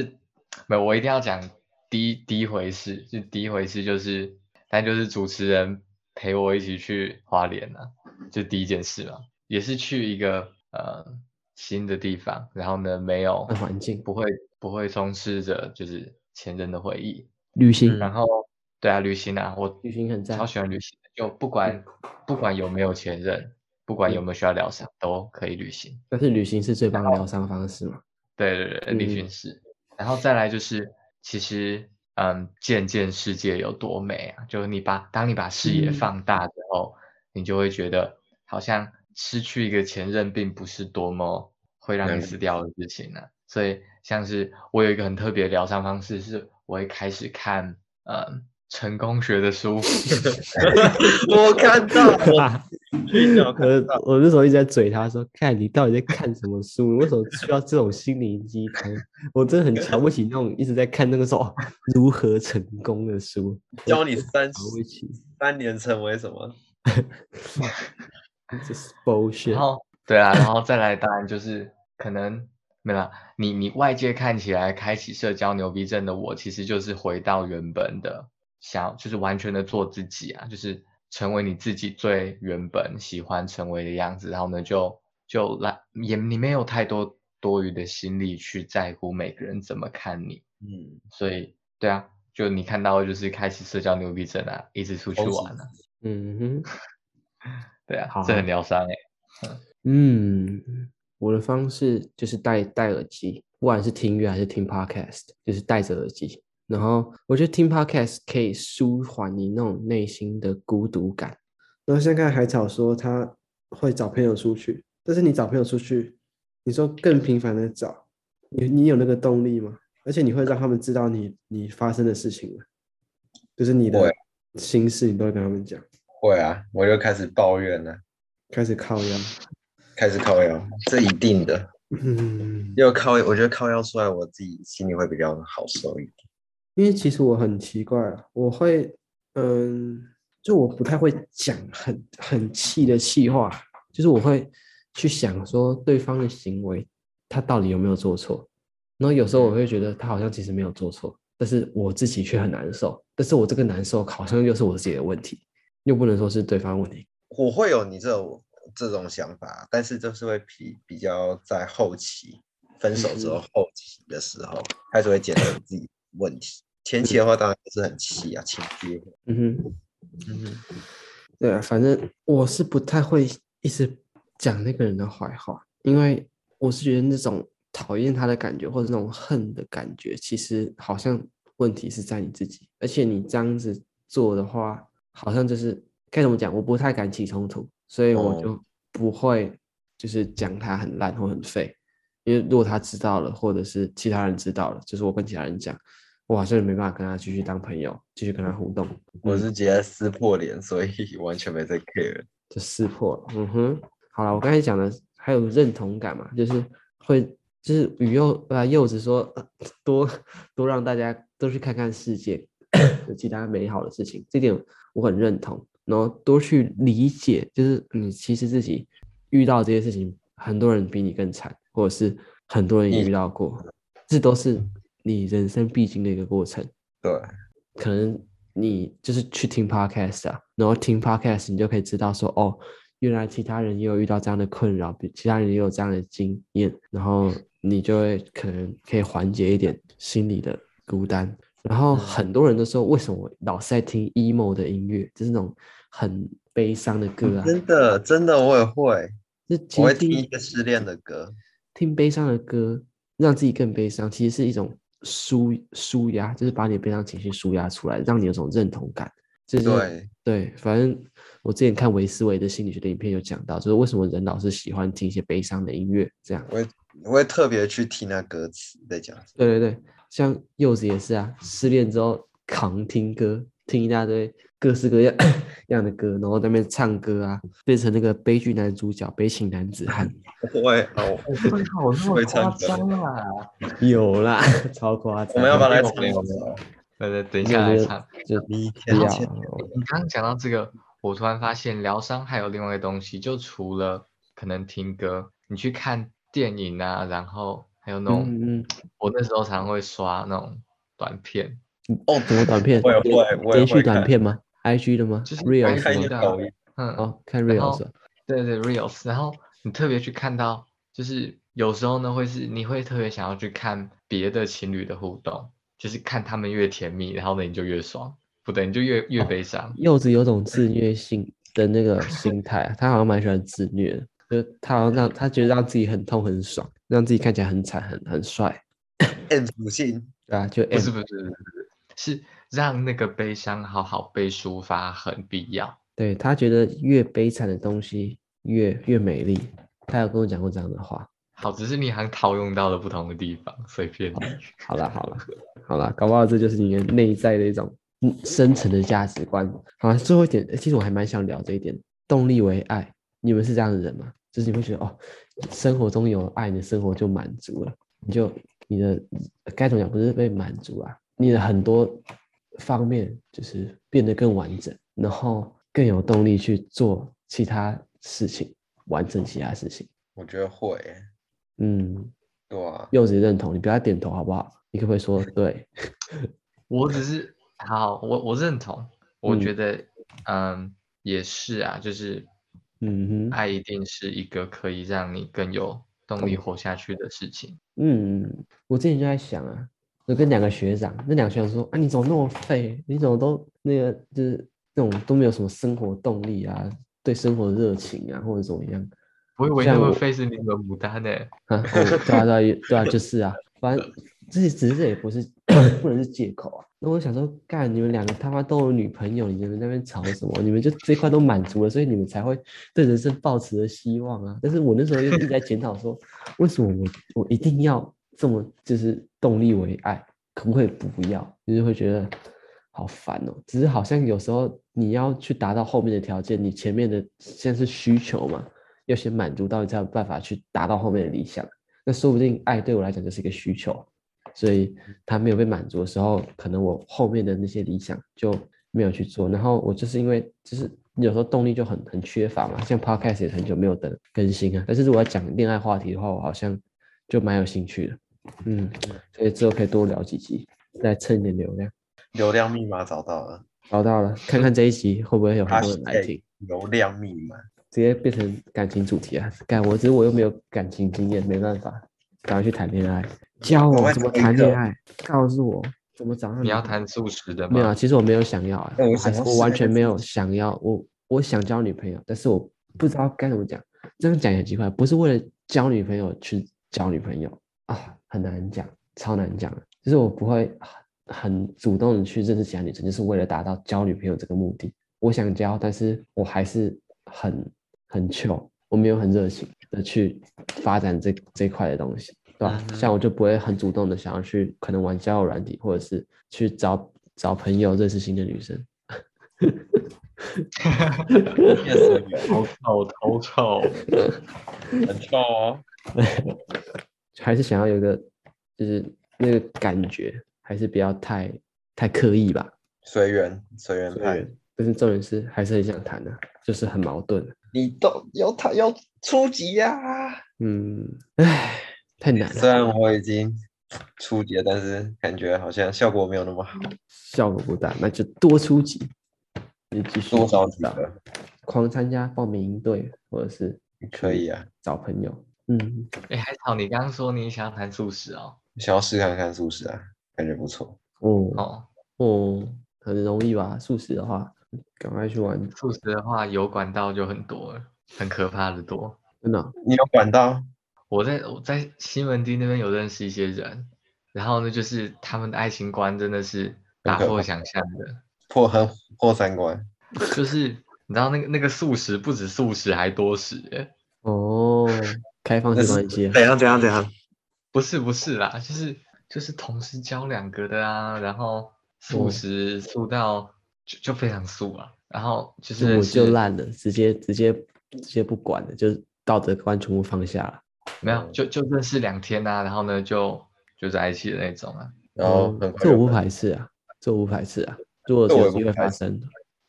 [SPEAKER 3] 没有，我一定要讲第一第一回事，就第一回事就是，但就是主持人陪我一起去花莲啊，就第一件事嘛，也是去一个呃新的地方，然后呢没有
[SPEAKER 1] 换环境
[SPEAKER 3] 不会不会充斥着就是前人的回忆，
[SPEAKER 1] 旅行，
[SPEAKER 3] 然后对啊旅行啊，我
[SPEAKER 1] 旅行很赞
[SPEAKER 3] 嗯超喜欢旅行的，就不
[SPEAKER 1] 嗯
[SPEAKER 3] 管不管有没有前任，不管有没有需要疗伤，都可以旅行。
[SPEAKER 1] 但是旅行是最棒的疗伤方式嘛？
[SPEAKER 3] 对对对，李
[SPEAKER 1] 嗯
[SPEAKER 3] 巡是。然后再来就是，其实嗯，见见世界有多美啊！就是你把当你把视野
[SPEAKER 1] 嗯
[SPEAKER 3] 放大之后，你就会觉得好像失去一个前任并不是多么会让
[SPEAKER 2] 难
[SPEAKER 3] 你死掉的事情呢、啊。所以像是我有一个很特别的疗伤方式，是我会开始看嗯成功学的书，
[SPEAKER 2] 我看到
[SPEAKER 1] [LAUGHS]
[SPEAKER 2] 我睡觉看
[SPEAKER 1] 我我那时候一直在嘴他说，看你到底在看什么书？你为什么需要这种心灵鸡汤？我真的很瞧不起那种一直在看那个说哦 [LAUGHS] 如何成功的书，
[SPEAKER 2] 教你三
[SPEAKER 1] 瞧不起。
[SPEAKER 2] 三年成为什么？
[SPEAKER 1] 这是 bullshit。
[SPEAKER 3] 然后对啊，然后再来当然就是可能没了。你你外界看起来开启社交牛逼症的我，其实就是回到原本的想，就是完全的做自己啊，就是成为你自己最原本喜欢成为的样子。然后呢，就就来也你没有太多多余的心力去在乎每个人怎么看你，
[SPEAKER 2] 嗯，
[SPEAKER 3] 所以对啊，就你看到的就是开启社交牛逼症啊，一直出去
[SPEAKER 2] 都是
[SPEAKER 3] 玩啊，
[SPEAKER 1] 嗯哼，
[SPEAKER 3] 对啊
[SPEAKER 1] 好，
[SPEAKER 3] 这很疗伤哎、
[SPEAKER 1] 嗯，我的方式就是戴戴耳机，不管是听音乐还是听 podcast，就是戴着耳机。然后我觉得听 podcast 可以舒缓你那种内心的孤独感。然后现在看海草说他会找朋友出去，但是你找朋友出去，你说更频繁的找，你你有那个动力吗？而且你会让他们知道你你发生的事情吗？就是你的
[SPEAKER 2] 会
[SPEAKER 1] 心事你都会跟他们讲，
[SPEAKER 2] 会啊，我就开始抱怨了，
[SPEAKER 1] 开始靠腰。 [LAUGHS]
[SPEAKER 2] 开始靠腰，这一定的。
[SPEAKER 1] 嗯，
[SPEAKER 2] 要靠，我觉得靠腰出来，我自己心里会比较好受一点。
[SPEAKER 1] 因为其实我很奇怪啊，我会，嗯，就我不太会讲很很气的气话，就是我会去想说对方的行为他到底有没有做错，然后有时候我会觉得他好像其实没有做错，但是我自己却很难受，但是我这个难受好像又是我自己的问题，又不能说是对方的问题。
[SPEAKER 2] 我会有你这种这种想法，但是就是会比比较在后期分手
[SPEAKER 1] 嗯
[SPEAKER 2] 之后后期的时候，开始会检讨自己的问题。前期的话当然也是很气啊，情绪。
[SPEAKER 1] 嗯哼，嗯哼，对啊，反正我是不太会一直讲那个人的坏话，因为我是觉得那种讨厌他的感觉或者那种恨的感觉，其实好像问题是在你自己，而且你这样子做的话，好像就是该怎么讲，我不太敢起冲突，所以我
[SPEAKER 2] 哦
[SPEAKER 1] 就不会就是讲他很烂或很废，因为如果他知道了，或者是其他人知道了，就是我跟其他人讲。我好像没办法跟他继续当朋友，继续跟他互动。
[SPEAKER 2] 我
[SPEAKER 1] 嗯
[SPEAKER 2] 是直接撕破脸，所以 [LAUGHS] 完全没在 care。
[SPEAKER 1] 就识破了。嗯哼，好了，我刚才讲的还有认同感嘛，就是会就是与柚啊柚子说呃多多让大家都去看看世界有其他美好的事情，这点我很认同。然后多去理解，就是你其实自己遇到这些事情，很多人比你更惨，或者是很多人也
[SPEAKER 2] 嗯
[SPEAKER 1] 遇到过，这都是你人生必经的一个过程。
[SPEAKER 2] 对，
[SPEAKER 1] 可能你就是去听 podcast 啊，然后听 podcast 你就可以知道说，哦，原来其他人也有遇到这样的困扰，比其他人也有这样的经验，然后你就会可能可以缓解一点心里的孤单。然
[SPEAKER 2] 嗯
[SPEAKER 1] 后很多人都说，为什么我老是在听 emo 的音乐，就是那种很悲伤的歌啊，
[SPEAKER 2] 真的真的我也会，
[SPEAKER 1] 就其
[SPEAKER 2] 嗯我会
[SPEAKER 1] 实
[SPEAKER 2] 听
[SPEAKER 1] 听
[SPEAKER 2] 一个失恋的歌。
[SPEAKER 1] 听悲伤的歌，让自己更悲伤，其实是一种舒舒压，就是把你的悲伤情绪舒压出来，让你有种认同感。这就是
[SPEAKER 2] 对，
[SPEAKER 1] 对，反正我之前看维斯维的心理学的影片有讲到，就是为什么人老是喜欢听一些悲伤的音乐，这样。
[SPEAKER 2] 我会特别去听那歌词在讲什么。
[SPEAKER 1] 对对对，像柚子也是啊，失恋之后狂听歌，听一大堆各式各样 [COUGHS] 样的歌，然后在那边唱歌啊，变成那个悲剧男主角、悲情男子汉。 [LAUGHS]
[SPEAKER 2] 我会哦，
[SPEAKER 3] [LAUGHS] 会好那么
[SPEAKER 2] 会唱
[SPEAKER 3] 夸
[SPEAKER 2] 歌
[SPEAKER 3] 张啊！
[SPEAKER 1] 有啦，超夸张。 [LAUGHS]
[SPEAKER 2] 我们要把它
[SPEAKER 3] 来
[SPEAKER 2] 唱一首。
[SPEAKER 3] 对对，等一
[SPEAKER 1] 我
[SPEAKER 3] 下来
[SPEAKER 1] 觉得
[SPEAKER 3] 唱。
[SPEAKER 1] 就
[SPEAKER 2] 你
[SPEAKER 1] 不
[SPEAKER 2] 天
[SPEAKER 1] 要哦
[SPEAKER 2] 天 [LAUGHS]
[SPEAKER 3] 你刚刚讲到这个，我突然发现疗伤还有另外一个东西，就除了可能听歌，你去看电影啊，然后还有那种，
[SPEAKER 1] 嗯嗯
[SPEAKER 3] 我那时候常会刷那种短片，
[SPEAKER 1] 哦，什么短片？
[SPEAKER 2] 我也会，我也
[SPEAKER 1] 连
[SPEAKER 2] 会
[SPEAKER 1] 续短
[SPEAKER 2] 看
[SPEAKER 1] 片吗？IG 的吗
[SPEAKER 3] 就是
[SPEAKER 1] ？Real
[SPEAKER 2] 看
[SPEAKER 1] 是
[SPEAKER 2] 一些
[SPEAKER 1] 吗？
[SPEAKER 3] 的
[SPEAKER 2] 抖音。
[SPEAKER 3] 嗯，
[SPEAKER 1] 哦，看
[SPEAKER 3] 然
[SPEAKER 1] Real
[SPEAKER 3] 后
[SPEAKER 1] 是吧？
[SPEAKER 3] 对对 reels，然后你特别去看到，就是有时候呢会是你会特别想要去看别的情侣的互动，就是看他们越甜蜜，然后呢你就越爽，不对，你就越越悲伤。
[SPEAKER 1] 柚子有种自虐性的那个心态啊，他好像蛮喜欢自虐的，就是他好像让他觉得让自己很痛很爽，让自己看起来很惨很很帅，
[SPEAKER 2] M 属性，
[SPEAKER 1] 对啊，就
[SPEAKER 3] 不是
[SPEAKER 1] M
[SPEAKER 3] 不是不是不是，是让那个悲伤好好被抒发很必要。
[SPEAKER 1] 对他觉得越悲惨的东西越越美丽，他有跟我讲过这样的话。
[SPEAKER 3] 好，只是你好像套用到了不同的地方，随便你。
[SPEAKER 1] [LAUGHS] 好啦好啦好啦，搞不好这就是你的内在的一种嗯深层的价值观。好啦，最后一点，诶其实我还蛮想聊这一点，动力为爱。你们是这样的人吗？就是你会觉得哦，生活中有爱，你的生活就满足了，你就你的该怎么讲，不是被满足啊，你的很多方面就是变得更完整，然后更有动力去做其他事情，完成其他事情。
[SPEAKER 2] 我觉得会耶，
[SPEAKER 1] 嗯，
[SPEAKER 2] 对啊，
[SPEAKER 1] 柚子认同，你不要点头好不好？你可不可以说对？
[SPEAKER 3] 我只是好，我我认同，我
[SPEAKER 1] 嗯
[SPEAKER 3] 觉得嗯也是啊，就是
[SPEAKER 1] 嗯哼，
[SPEAKER 3] 爱一定是一个可以让你更有动力
[SPEAKER 1] 动
[SPEAKER 3] 活下去的事情。
[SPEAKER 1] 嗯，我之前就在想啊，我跟两个学长，那两个学长说啊，你怎么那么废？你怎么都那个就是那种都没有什么生活动力啊，对生活热情啊，或者怎么样
[SPEAKER 3] 我以为
[SPEAKER 1] 像
[SPEAKER 3] 那么
[SPEAKER 1] 我
[SPEAKER 3] 费是你的牡丹呢、
[SPEAKER 1] [LAUGHS] 啊？或者对啊，对啊，也对啊，就是啊，反正这些只是这也不是 [COUGHS] 不能是借口啊。那我想说，干你们两个他妈都有女朋友，你们在那边吵什么？你们就这块都满足了，所以你们才会对人生抱持着希望啊。但是我那时候又一直在检讨说，为什么我我一定要这么就是动力为爱？可不可以不要？就是会觉得好烦哦。只是好像有时候你要去达到后面的条件，你前面的现在是需求嘛，要先满足到，你才有办法去达到后面的理想。那说不定爱对我来讲就是一个需求，所以它没有被满足的时候，可能我后面的那些理想就没有去做。然后我就是因为就是有时候动力就很很缺乏嘛，像 podcast 也很久没有等更新啊。但是如果要讲恋爱话题的话，我好像就蛮有兴趣的，嗯，所以之后可以多聊几集，再蹭一点流量。
[SPEAKER 2] 流量密码找到了，
[SPEAKER 1] 找到了，看看这一集会不会有很多人来
[SPEAKER 2] Hashtag
[SPEAKER 1] 听，
[SPEAKER 2] 流量密码。
[SPEAKER 1] 直接变成感情主题啊！干，我只是我又没有感情经验，没办法，赶快去谈恋爱，教
[SPEAKER 2] 赶
[SPEAKER 1] 我
[SPEAKER 2] 快
[SPEAKER 1] 怎么
[SPEAKER 2] 找一
[SPEAKER 1] 谈恋
[SPEAKER 2] 个
[SPEAKER 1] 爱，告诉我怎么找到
[SPEAKER 3] 你要
[SPEAKER 1] 男
[SPEAKER 3] 谈素食的吗？
[SPEAKER 1] 没有啊，其实我没有想要啊，
[SPEAKER 2] 哎我
[SPEAKER 1] 还
[SPEAKER 2] 想
[SPEAKER 1] 是
[SPEAKER 2] 要
[SPEAKER 1] 我完
[SPEAKER 2] 试
[SPEAKER 1] 全没有想要，我我想交女朋友，但是我不知道该怎么讲，这样讲也很奇怪，不是为了交女朋友去交女朋友啊，很难讲，超难讲的，就是我不会很很主动的去认识其他女生，就是为了达到交女朋友这个目的，我想交，但是我还是很很穷，我没有很热情的去发展这这一块的东西。对吧
[SPEAKER 4] 嗯？哼
[SPEAKER 1] 像我就不会很主动的想要去可能玩交友软体，或者是去找找朋友认识新的女生。
[SPEAKER 2] 确实有
[SPEAKER 4] [LAUGHS]
[SPEAKER 3] 头臭头 [LAUGHS] 臭，
[SPEAKER 2] 很臭哦。
[SPEAKER 1] 还是想要有一个就是那个感觉，还是不要太太刻意吧。
[SPEAKER 2] 随缘，随缘
[SPEAKER 1] 所
[SPEAKER 2] 派
[SPEAKER 1] 以。但是重点是还是很想谈的、啊就是很矛盾啊的。
[SPEAKER 2] 你都要他要初级啊呀、
[SPEAKER 1] 嗯，唉，太
[SPEAKER 4] 啊
[SPEAKER 1] 难
[SPEAKER 2] 虽
[SPEAKER 1] 了，
[SPEAKER 2] 然我已经初级了，但是感觉好像效果没有那么好。
[SPEAKER 1] 效果不大，那就多出几，你继续
[SPEAKER 2] 多少几
[SPEAKER 1] 找
[SPEAKER 4] 啊
[SPEAKER 2] 个
[SPEAKER 1] 狂参加报名营队，或者是
[SPEAKER 2] 可以啊？
[SPEAKER 1] 找朋友。嗯，
[SPEAKER 3] 哎、海草，你刚刚说你想要谈素食哦？
[SPEAKER 2] 想要试看看素食啊，感觉不错。
[SPEAKER 1] 哦，
[SPEAKER 3] 哦，
[SPEAKER 1] 哦，很容易吧？素食的话，赶快去玩，
[SPEAKER 3] 素食的话有管道就很多了，很可怕的多。
[SPEAKER 1] 真的哦、
[SPEAKER 2] 你有管道？
[SPEAKER 3] 我在我在西门町那边有认识一些人，然后呢，就是他们的爱情观真的是打
[SPEAKER 2] 可
[SPEAKER 3] 破
[SPEAKER 2] 怕
[SPEAKER 3] 想象的，
[SPEAKER 2] 破很破三观，
[SPEAKER 3] 就是你知道那个那个素食不止素食还多食欸、
[SPEAKER 2] [LAUGHS]
[SPEAKER 1] 哦，开放
[SPEAKER 2] 那
[SPEAKER 1] 式
[SPEAKER 2] 是
[SPEAKER 1] 关系啊，
[SPEAKER 4] 怎样怎样怎样？
[SPEAKER 3] 不是不是啦，就是就是同时交两个的啊，然后素
[SPEAKER 1] 嗯
[SPEAKER 3] 食素到就就非常素啊，然后就是
[SPEAKER 1] 我
[SPEAKER 3] 认
[SPEAKER 1] 就
[SPEAKER 3] 识
[SPEAKER 1] 烂了，直接直接直接不管了，就是道德观全部放下了。
[SPEAKER 3] 没有就就认识两天啊，然后呢就就在一起的那种啊， [LAUGHS]
[SPEAKER 2] 然后
[SPEAKER 1] 嗯
[SPEAKER 2] 很快
[SPEAKER 1] 这我
[SPEAKER 2] 就
[SPEAKER 1] 不排斥啊，这我不排斥啊。如果
[SPEAKER 2] 这我
[SPEAKER 1] 有
[SPEAKER 2] 也不
[SPEAKER 1] 机会
[SPEAKER 2] 排
[SPEAKER 1] 发
[SPEAKER 2] 斥
[SPEAKER 1] 生，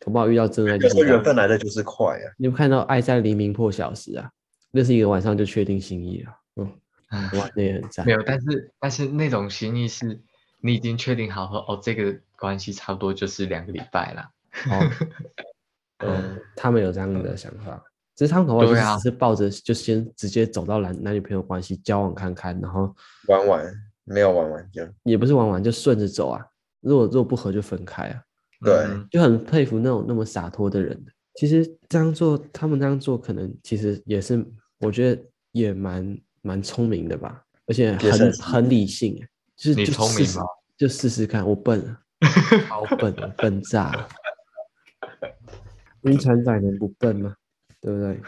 [SPEAKER 1] 恐怕遇到
[SPEAKER 2] [LAUGHS]
[SPEAKER 1] 真爱就
[SPEAKER 2] 就
[SPEAKER 1] 知
[SPEAKER 2] 说
[SPEAKER 1] 道
[SPEAKER 2] 缘
[SPEAKER 1] 了。
[SPEAKER 2] 分来的就是快啊。
[SPEAKER 1] 你有没有看到《爱在黎明破晓时》啊？那是一个晚上就确定心意了。嗯，
[SPEAKER 3] 唉
[SPEAKER 1] 哇，那也很赞
[SPEAKER 3] 没。有，但是但是那种心意是你已经确定好和哦这个关系差不多就是两个礼拜啦，
[SPEAKER 1] 哦，
[SPEAKER 2] [LAUGHS]
[SPEAKER 1] 嗯，他们有这样的想法，只是他们搞不好就
[SPEAKER 3] 对
[SPEAKER 1] 是
[SPEAKER 3] 啊
[SPEAKER 1] 只是抱着就先直接走到男男女朋友关系交往看看，然后
[SPEAKER 2] 玩玩没有玩完就
[SPEAKER 1] 也不是玩完就顺着走啊。如果如果不合就分开啊，
[SPEAKER 2] 对
[SPEAKER 1] [LAUGHS]
[SPEAKER 3] 嗯
[SPEAKER 1] 就很佩服那种那么洒脱的人。其实这样做，他们这样做可能其实也是，我觉得也蛮蛮聪明的吧，而且
[SPEAKER 2] 也
[SPEAKER 1] 很
[SPEAKER 2] 是
[SPEAKER 1] 很理性欸、就是
[SPEAKER 3] 你
[SPEAKER 1] 就
[SPEAKER 3] 聪
[SPEAKER 1] 试
[SPEAKER 3] 明
[SPEAKER 1] 试
[SPEAKER 3] 吗
[SPEAKER 1] 就试试看，我笨啊，好
[SPEAKER 3] [LAUGHS]
[SPEAKER 1] 笨啊，笨炸啊！ [LAUGHS] 晕船仔能不笨吗？对不对？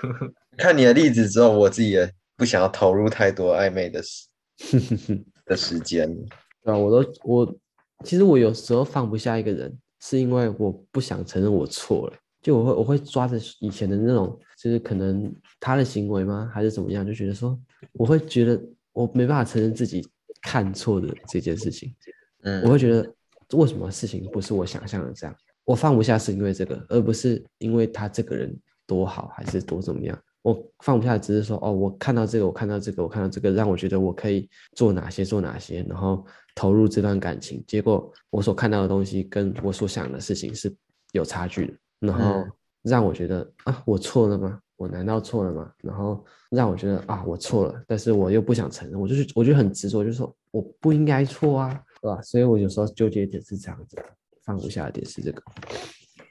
[SPEAKER 2] 看你的例子之后，我自己也不想要投入太多暧昧的
[SPEAKER 1] [LAUGHS]
[SPEAKER 2] 时
[SPEAKER 1] 哼哼，
[SPEAKER 2] 的时间了。
[SPEAKER 1] 对啊，我都我其实我有时候放不下一个人，是因为我不想承认我错了，就我会我会抓着以前的那种，就是可能他的行为吗，还是怎么样，就觉得说我会觉得我没办法承认自己看错的这件事情，
[SPEAKER 2] 嗯，
[SPEAKER 1] 我会觉得为什么事情不是我想象的这样，我放不下是因为这个，而不是因为他这个人多好还是多怎么样。我放不下，只是说哦，我看到这个，我看到这个，我看到这个，让我觉得我可以做哪些，做哪些，然后投入这段感情。结果我所看到的东西跟我所想的事情是有差距的，然后
[SPEAKER 2] 嗯
[SPEAKER 1] 让我觉得啊，我错了吗？我难道错了吗？然后让我觉得啊，我错了，但是我又不想承认，我就是我就很执着，就是说我不应该错啊，对吧？所以我有时候纠结点是这样子的，放不下的点是这个。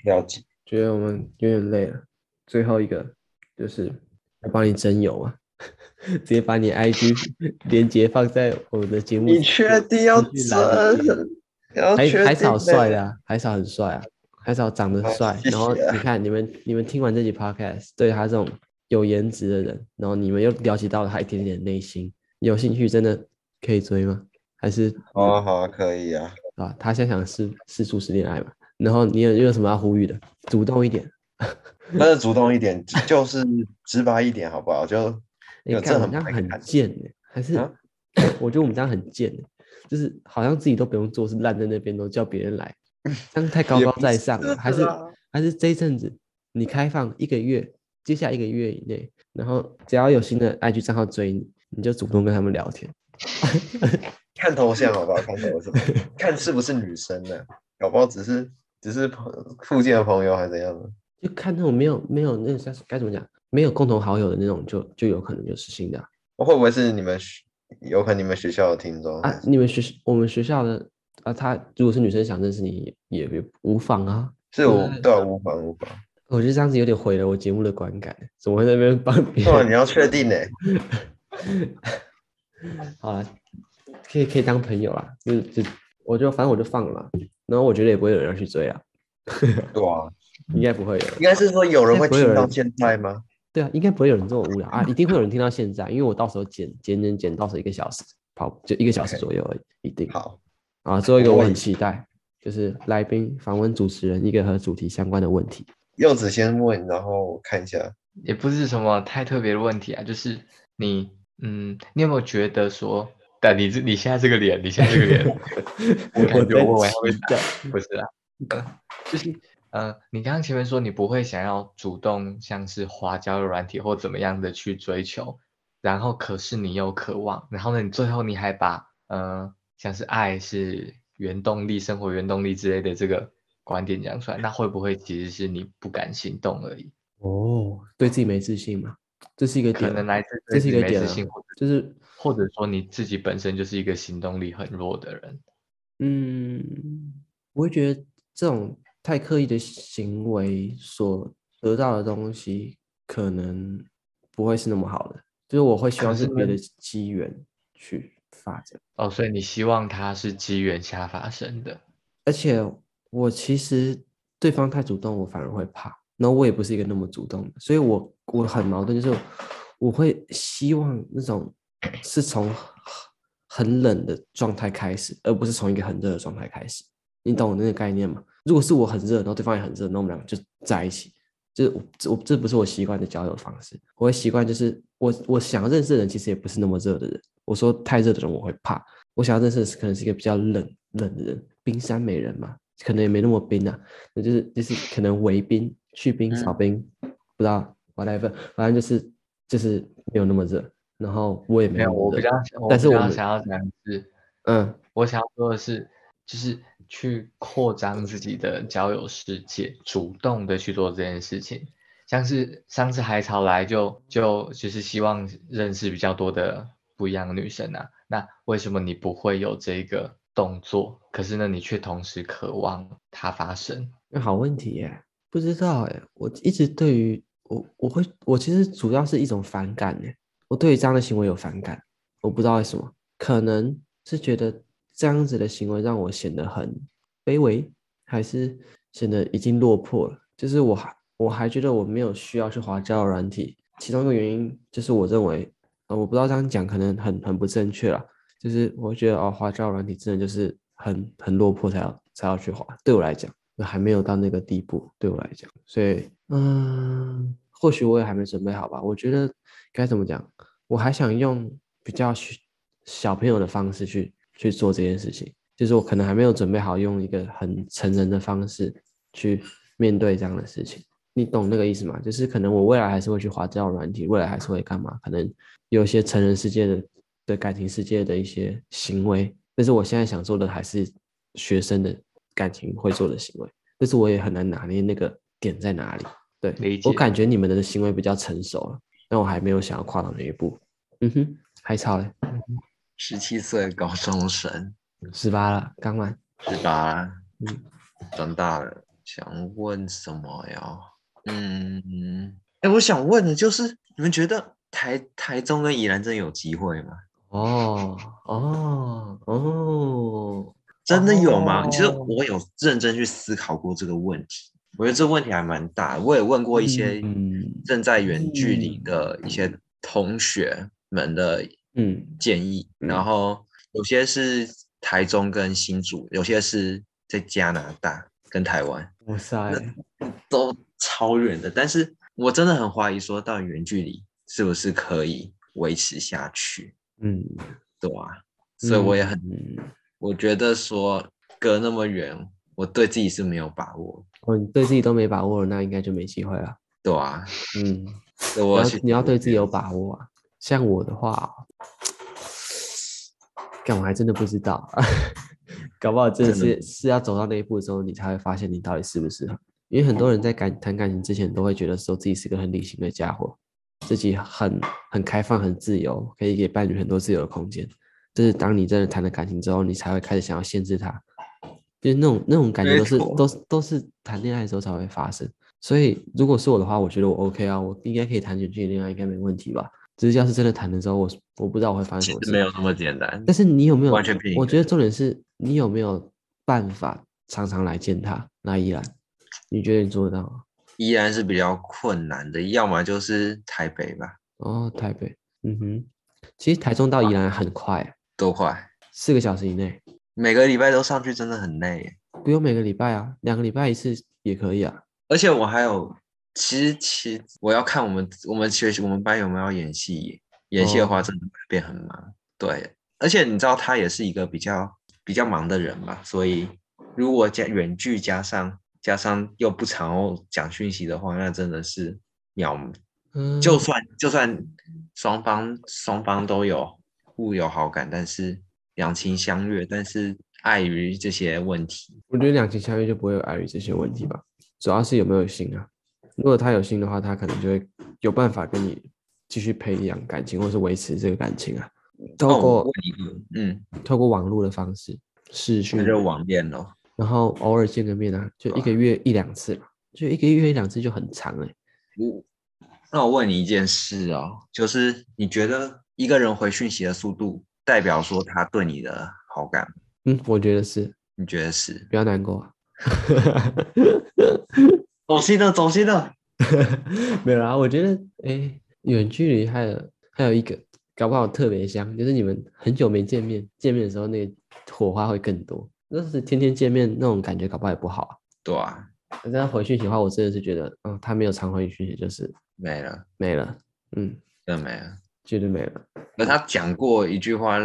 [SPEAKER 2] 了解。
[SPEAKER 1] 觉得我们有点累了。最后一个就是我帮你征友啊， [LAUGHS] 直接把你 IG 连接放在我们的节目。
[SPEAKER 2] 你确定要
[SPEAKER 1] 资讯栏里面
[SPEAKER 2] 真？ [LAUGHS] 要
[SPEAKER 1] 海
[SPEAKER 2] 确
[SPEAKER 1] 海
[SPEAKER 2] 定
[SPEAKER 1] 草
[SPEAKER 2] 的
[SPEAKER 1] 帅的、啊，海草很帅啊，海草长得
[SPEAKER 2] 好
[SPEAKER 1] 帅。
[SPEAKER 2] 谢
[SPEAKER 1] 然后
[SPEAKER 2] 谢啊
[SPEAKER 1] 你看，你们你们听完这集 podcast，对他这种有颜值的人，然后你们又了解到了他一点点内心，有兴趣真的可以追吗？还是
[SPEAKER 2] 哦好啊，好啊，可以啊，
[SPEAKER 1] 啊，他现在想四四处是恋爱嘛，然后你有你有什么要呼吁的？主动一点，
[SPEAKER 2] 但是主动一点， [LAUGHS] 就是直白一点，好不好？就
[SPEAKER 1] 你、
[SPEAKER 2] 有
[SPEAKER 1] 看
[SPEAKER 2] 这
[SPEAKER 1] 我们
[SPEAKER 2] 很
[SPEAKER 1] 这样
[SPEAKER 2] 白
[SPEAKER 1] 很
[SPEAKER 2] 看
[SPEAKER 1] 贱呢、还是、
[SPEAKER 2] 啊
[SPEAKER 1] [COUGHS] 我觉得我们这样很贱、欸，就是好像自己都不用做事，烂在那边都叫别人
[SPEAKER 2] [LAUGHS]
[SPEAKER 1] 来，这样太高
[SPEAKER 2] 也
[SPEAKER 1] 高
[SPEAKER 2] 不
[SPEAKER 1] 在
[SPEAKER 2] 是啊
[SPEAKER 1] 上了，
[SPEAKER 2] 的
[SPEAKER 1] 还是
[SPEAKER 2] 啦
[SPEAKER 1] 还是这一阵子你开放一个月，接下来一个月以内，然后只要有新的 IG 账号追你，你就主动跟他们聊天。
[SPEAKER 2] 看头像，好不好？看
[SPEAKER 1] [LAUGHS]
[SPEAKER 2] 头像，看是不是女生呢、搞不好只是只是朋附近的朋友还是怎样的？
[SPEAKER 1] 就看那种没有没有那个叫该怎么讲，没有共同好友的那种就，就有可能就是新的啊。
[SPEAKER 2] 会不会是你们学有可能你们学校的听众？
[SPEAKER 1] 啊你们学校我们学校的啊，她如果是女生想认识你也也无妨啊。
[SPEAKER 2] 是我
[SPEAKER 4] 对
[SPEAKER 2] 对啊，无妨无妨。
[SPEAKER 1] 我觉得这样子有点毁了我节目的观感，怎么会在那边帮别
[SPEAKER 2] 对啊，
[SPEAKER 1] 人？
[SPEAKER 2] 你要确定呢、
[SPEAKER 1] [LAUGHS] 好了，可以可以当朋友啦，就就我就反正我就放了嘛，然后我觉得也不会有人要去追啊，
[SPEAKER 2] 对啊，
[SPEAKER 1] 应该不会有人。
[SPEAKER 2] 应该是说有人会
[SPEAKER 1] 应该不会有
[SPEAKER 2] 听到
[SPEAKER 1] 人
[SPEAKER 2] 现在吗？
[SPEAKER 1] 对啊，应该不会有人这么无聊啊，一定会有人听到现在，因为我到时候剪剪剪剪，到时候一个小时跑就一个小时
[SPEAKER 2] OK
[SPEAKER 1] 左右而已，一定。
[SPEAKER 2] 好，
[SPEAKER 1] 啊，最后一个我
[SPEAKER 2] 我
[SPEAKER 1] 很
[SPEAKER 2] 也
[SPEAKER 1] 期待，就是来宾访问主持人一个和主题相关的问题。
[SPEAKER 2] 柚子先问，然后我看一下。
[SPEAKER 3] 也不是什么太特别的问题啊，就是你，嗯，你有没有觉得说，但你这你现在这个脸，你现在这个脸，我感觉
[SPEAKER 1] 在
[SPEAKER 3] 我还
[SPEAKER 1] 期
[SPEAKER 3] 会
[SPEAKER 1] 待
[SPEAKER 3] 不是啊，呃就是呃，你刚刚前面说你不会想要主动像是花交友软体或怎么样的去追求，然后可是你又渴望，然后呢，你最后你还把呃像是爱是原动力、生活原动力之类的这个观点讲出来，那会不会其实是你不敢行动而已？
[SPEAKER 1] 哦，对自己没自信嘛，这是一个
[SPEAKER 3] 可
[SPEAKER 1] 点啊，
[SPEAKER 3] 能来自
[SPEAKER 1] 这
[SPEAKER 3] 对
[SPEAKER 1] 是一
[SPEAKER 3] 自己
[SPEAKER 1] 个
[SPEAKER 3] 没
[SPEAKER 1] 点
[SPEAKER 3] 自
[SPEAKER 1] 啊
[SPEAKER 3] 信，或者
[SPEAKER 1] 就是
[SPEAKER 3] 或者说你自己本身就是一个行动力很弱的人。
[SPEAKER 1] 嗯，我会觉得这种太刻意的行为所得到的东西，可能不会是那么好的，就是我会希
[SPEAKER 3] 可
[SPEAKER 1] 望是
[SPEAKER 3] 是
[SPEAKER 1] 别
[SPEAKER 3] 呢
[SPEAKER 1] 的机缘去发展。
[SPEAKER 3] 哦，所以你希望它是机缘下发生的。
[SPEAKER 1] 而且我其实对方太主动，我反而会怕。然后我也不是一个那么主动的，所以我我很矛盾，就是我会希望那种是从很冷的状态开始，而不是从一个很热的状态开始。你懂我那个概念吗？如果是我很热，然后对方也很热，那我们两个就在一起，就是我这我这不是我习惯的交友方式。我会习惯就是我我想认识的人其实也不是那么热的人。我说太热的人我会怕，我想要认识的是可能是一个比较冷冷的人，冰山美人嘛，可能也没那么冰啊，那就是就是可能围冰、去冰、
[SPEAKER 3] 嗯
[SPEAKER 1] 扫冰，不知道 whatever，反正就是就是没有那么热，然后我也没
[SPEAKER 3] 没
[SPEAKER 1] 有
[SPEAKER 3] 有，
[SPEAKER 1] 那
[SPEAKER 3] 我
[SPEAKER 1] 么
[SPEAKER 3] 比
[SPEAKER 1] 热
[SPEAKER 3] 较，，我
[SPEAKER 1] 但
[SPEAKER 3] 比
[SPEAKER 1] 是我
[SPEAKER 3] 较
[SPEAKER 1] 们
[SPEAKER 3] 想要讲的是，
[SPEAKER 1] 嗯，
[SPEAKER 3] 我想要说的是，就是去扩张自己的交友世界，主动的去做这件事情。像是上次海草来就就就是希望认识比较多的不一样的女生啊，那为什么你不会有这个动作？可是呢，你却同时渴望它发生。
[SPEAKER 1] 那好问题耶，不知道耶，我一直对于我我会我其实主要是一种反感耶，我对于这样的行为有反感，我不知道为什么，可能是觉得这样子的行为让我显得很卑微，还是显得已经落魄了，就是我还我还觉得我没有需要去滑交友软体，其中一个原因就是我认为，呃，我不知道这样讲可能很很不正确了。就是我会觉得哦，滑交友软体真的就是很很落魄才要才要去滑，对我来讲，我还没有到那个地步，对我来讲，所以嗯，或许我也还没准备好吧。我觉得该怎么讲，我还想用比较小小朋友的方式去去做这件事情，就是我可能还没有准备好用一个很成人的方式去面对这样的事情。你懂那个意思吗？就是可能我未来还是会去滑这套软体，未来还是会干嘛？可能有一些成人世界的的感情世界的一些行为，但是我现在想做的还是学生的感情会做的行为，但是我也很难拿捏那个点在哪里。对
[SPEAKER 3] 理
[SPEAKER 1] 我
[SPEAKER 3] 解
[SPEAKER 1] 感觉你们的行为比较成熟了，但我还没有想要跨到那一步。嗯哼，还吵嘞，
[SPEAKER 4] 十七岁的高中生
[SPEAKER 1] 十八了，刚满。
[SPEAKER 4] 是吧？
[SPEAKER 1] 嗯
[SPEAKER 4] 长大了，想问什么呀？嗯，哎、我想问的就是，你们觉得台台中跟宜兰真的有机会吗？
[SPEAKER 1] 哦哦哦，
[SPEAKER 4] 真的有吗？其实
[SPEAKER 1] 哦
[SPEAKER 4] 我有认真去思考过这个问题，我觉得这个问题还蛮大的。我也问过一些
[SPEAKER 1] 嗯
[SPEAKER 4] 正在远距离的一些同学们的
[SPEAKER 1] 嗯
[SPEAKER 4] 建议，
[SPEAKER 1] 嗯
[SPEAKER 4] 然后有些是
[SPEAKER 2] 台中跟新竹，有些是在加拿大跟台湾，
[SPEAKER 1] 哇塞，
[SPEAKER 2] 都超远的。但是我真的很怀疑，说到底远距离是不是可以维持下去，
[SPEAKER 1] 嗯，
[SPEAKER 2] 对吧、所以我也很，
[SPEAKER 1] 嗯，
[SPEAKER 2] 我觉得说隔那么远，我对自己是没有把握，
[SPEAKER 1] 哦，你对自己都没把握了，那应该就没机会了。
[SPEAKER 2] 对吧、
[SPEAKER 1] 嗯，你
[SPEAKER 2] 所以我
[SPEAKER 1] 要
[SPEAKER 2] 去
[SPEAKER 1] 你要对自己有把握啊。像我的话哦，但我还真的不知道，啊 [LAUGHS] 搞不好真的
[SPEAKER 2] 真
[SPEAKER 1] 是
[SPEAKER 2] 的
[SPEAKER 1] 是要走到那一步之后，你才会发现你到底适不适合。因为很多人在感谈感情之前，都会觉得说自己是个很理性的家伙，自己很很开放、很自由，可以给伴侣很多自由的空间。但是当你真的谈了感情之后，你才会开始想要限制他，就是那种那种感觉
[SPEAKER 2] 没
[SPEAKER 1] 都是
[SPEAKER 2] 错
[SPEAKER 1] 都是都是谈恋爱的时候才会发生。所以如果是我的话，我觉得我 OK 啊，我应该可以谈远距离恋爱，应该没问题吧。只是要是真的谈的时候，我是我不知道我会发生
[SPEAKER 2] 其
[SPEAKER 1] 什么
[SPEAKER 2] 实
[SPEAKER 1] 事。
[SPEAKER 2] 没有那么简单。
[SPEAKER 1] 但是你有没有
[SPEAKER 2] 完全不一
[SPEAKER 1] 我
[SPEAKER 2] 样
[SPEAKER 1] 觉得重点是你有没有办法常常来见他？那依然，你觉得你做得到吗？
[SPEAKER 2] 依然是比较困难的，要么就是台北吧，
[SPEAKER 1] 哦，台北，嗯哼，其实台中到宜兰很快，啊
[SPEAKER 2] 多快，
[SPEAKER 1] 四个小时以内，
[SPEAKER 2] 每个礼拜都上去真的很累耶。
[SPEAKER 1] 不用每个礼拜啊，两个礼拜一次也可以啊。
[SPEAKER 2] 而且我还有，其实其实我要看我们我们学习我们班有没有演戏耶，演戏的话
[SPEAKER 1] 哦
[SPEAKER 2] 真的会变很忙。对，而且你知道他也是一个比较比较忙的人嘛，所以如果加远距加上加上又不常哦讲讯息的话，那真的是秒
[SPEAKER 1] 嗯，
[SPEAKER 2] 就算就算双方双方都有互有好感，但是两情相悦，但是碍于这些问题，
[SPEAKER 1] 我觉得两情相悦就不会有碍于这些问题吧，主要是有没有心啊。如果他有心的话，他可能就会有办法跟你继续培养感情，或是维持这个感情啊。
[SPEAKER 2] 那
[SPEAKER 1] 透
[SPEAKER 2] 哦我
[SPEAKER 1] 过
[SPEAKER 2] 问你一个，嗯，
[SPEAKER 1] 透过网络的方式视讯
[SPEAKER 2] 那，就网恋咯。
[SPEAKER 1] 然后偶尔见个面啊，就一个月一两次嘛，就一个月一两次就很长哎、
[SPEAKER 2] 那我问你一件事哦，就是你觉得一个人回讯息的速度，代表说他对你的好感吗？
[SPEAKER 1] 嗯，我觉得是，
[SPEAKER 2] 你觉得是？
[SPEAKER 1] 不要难过啊。
[SPEAKER 2] 走心的，走心的，
[SPEAKER 1] [LAUGHS] 没有啦，我觉得哎，远距离还有还有一个，搞不好特别香，就是你们很久没见面，见面的时候那个火花会更多。要是天天见面那种感觉，搞不好也不好啊。
[SPEAKER 2] 对啊，
[SPEAKER 1] 但是他回讯息的话，我真的是觉得，嗯，他没有常回讯息，就是
[SPEAKER 2] 没了，
[SPEAKER 1] 没了，嗯，
[SPEAKER 2] 真的没了。
[SPEAKER 1] 绝对没了，
[SPEAKER 2] 那他讲过一句话，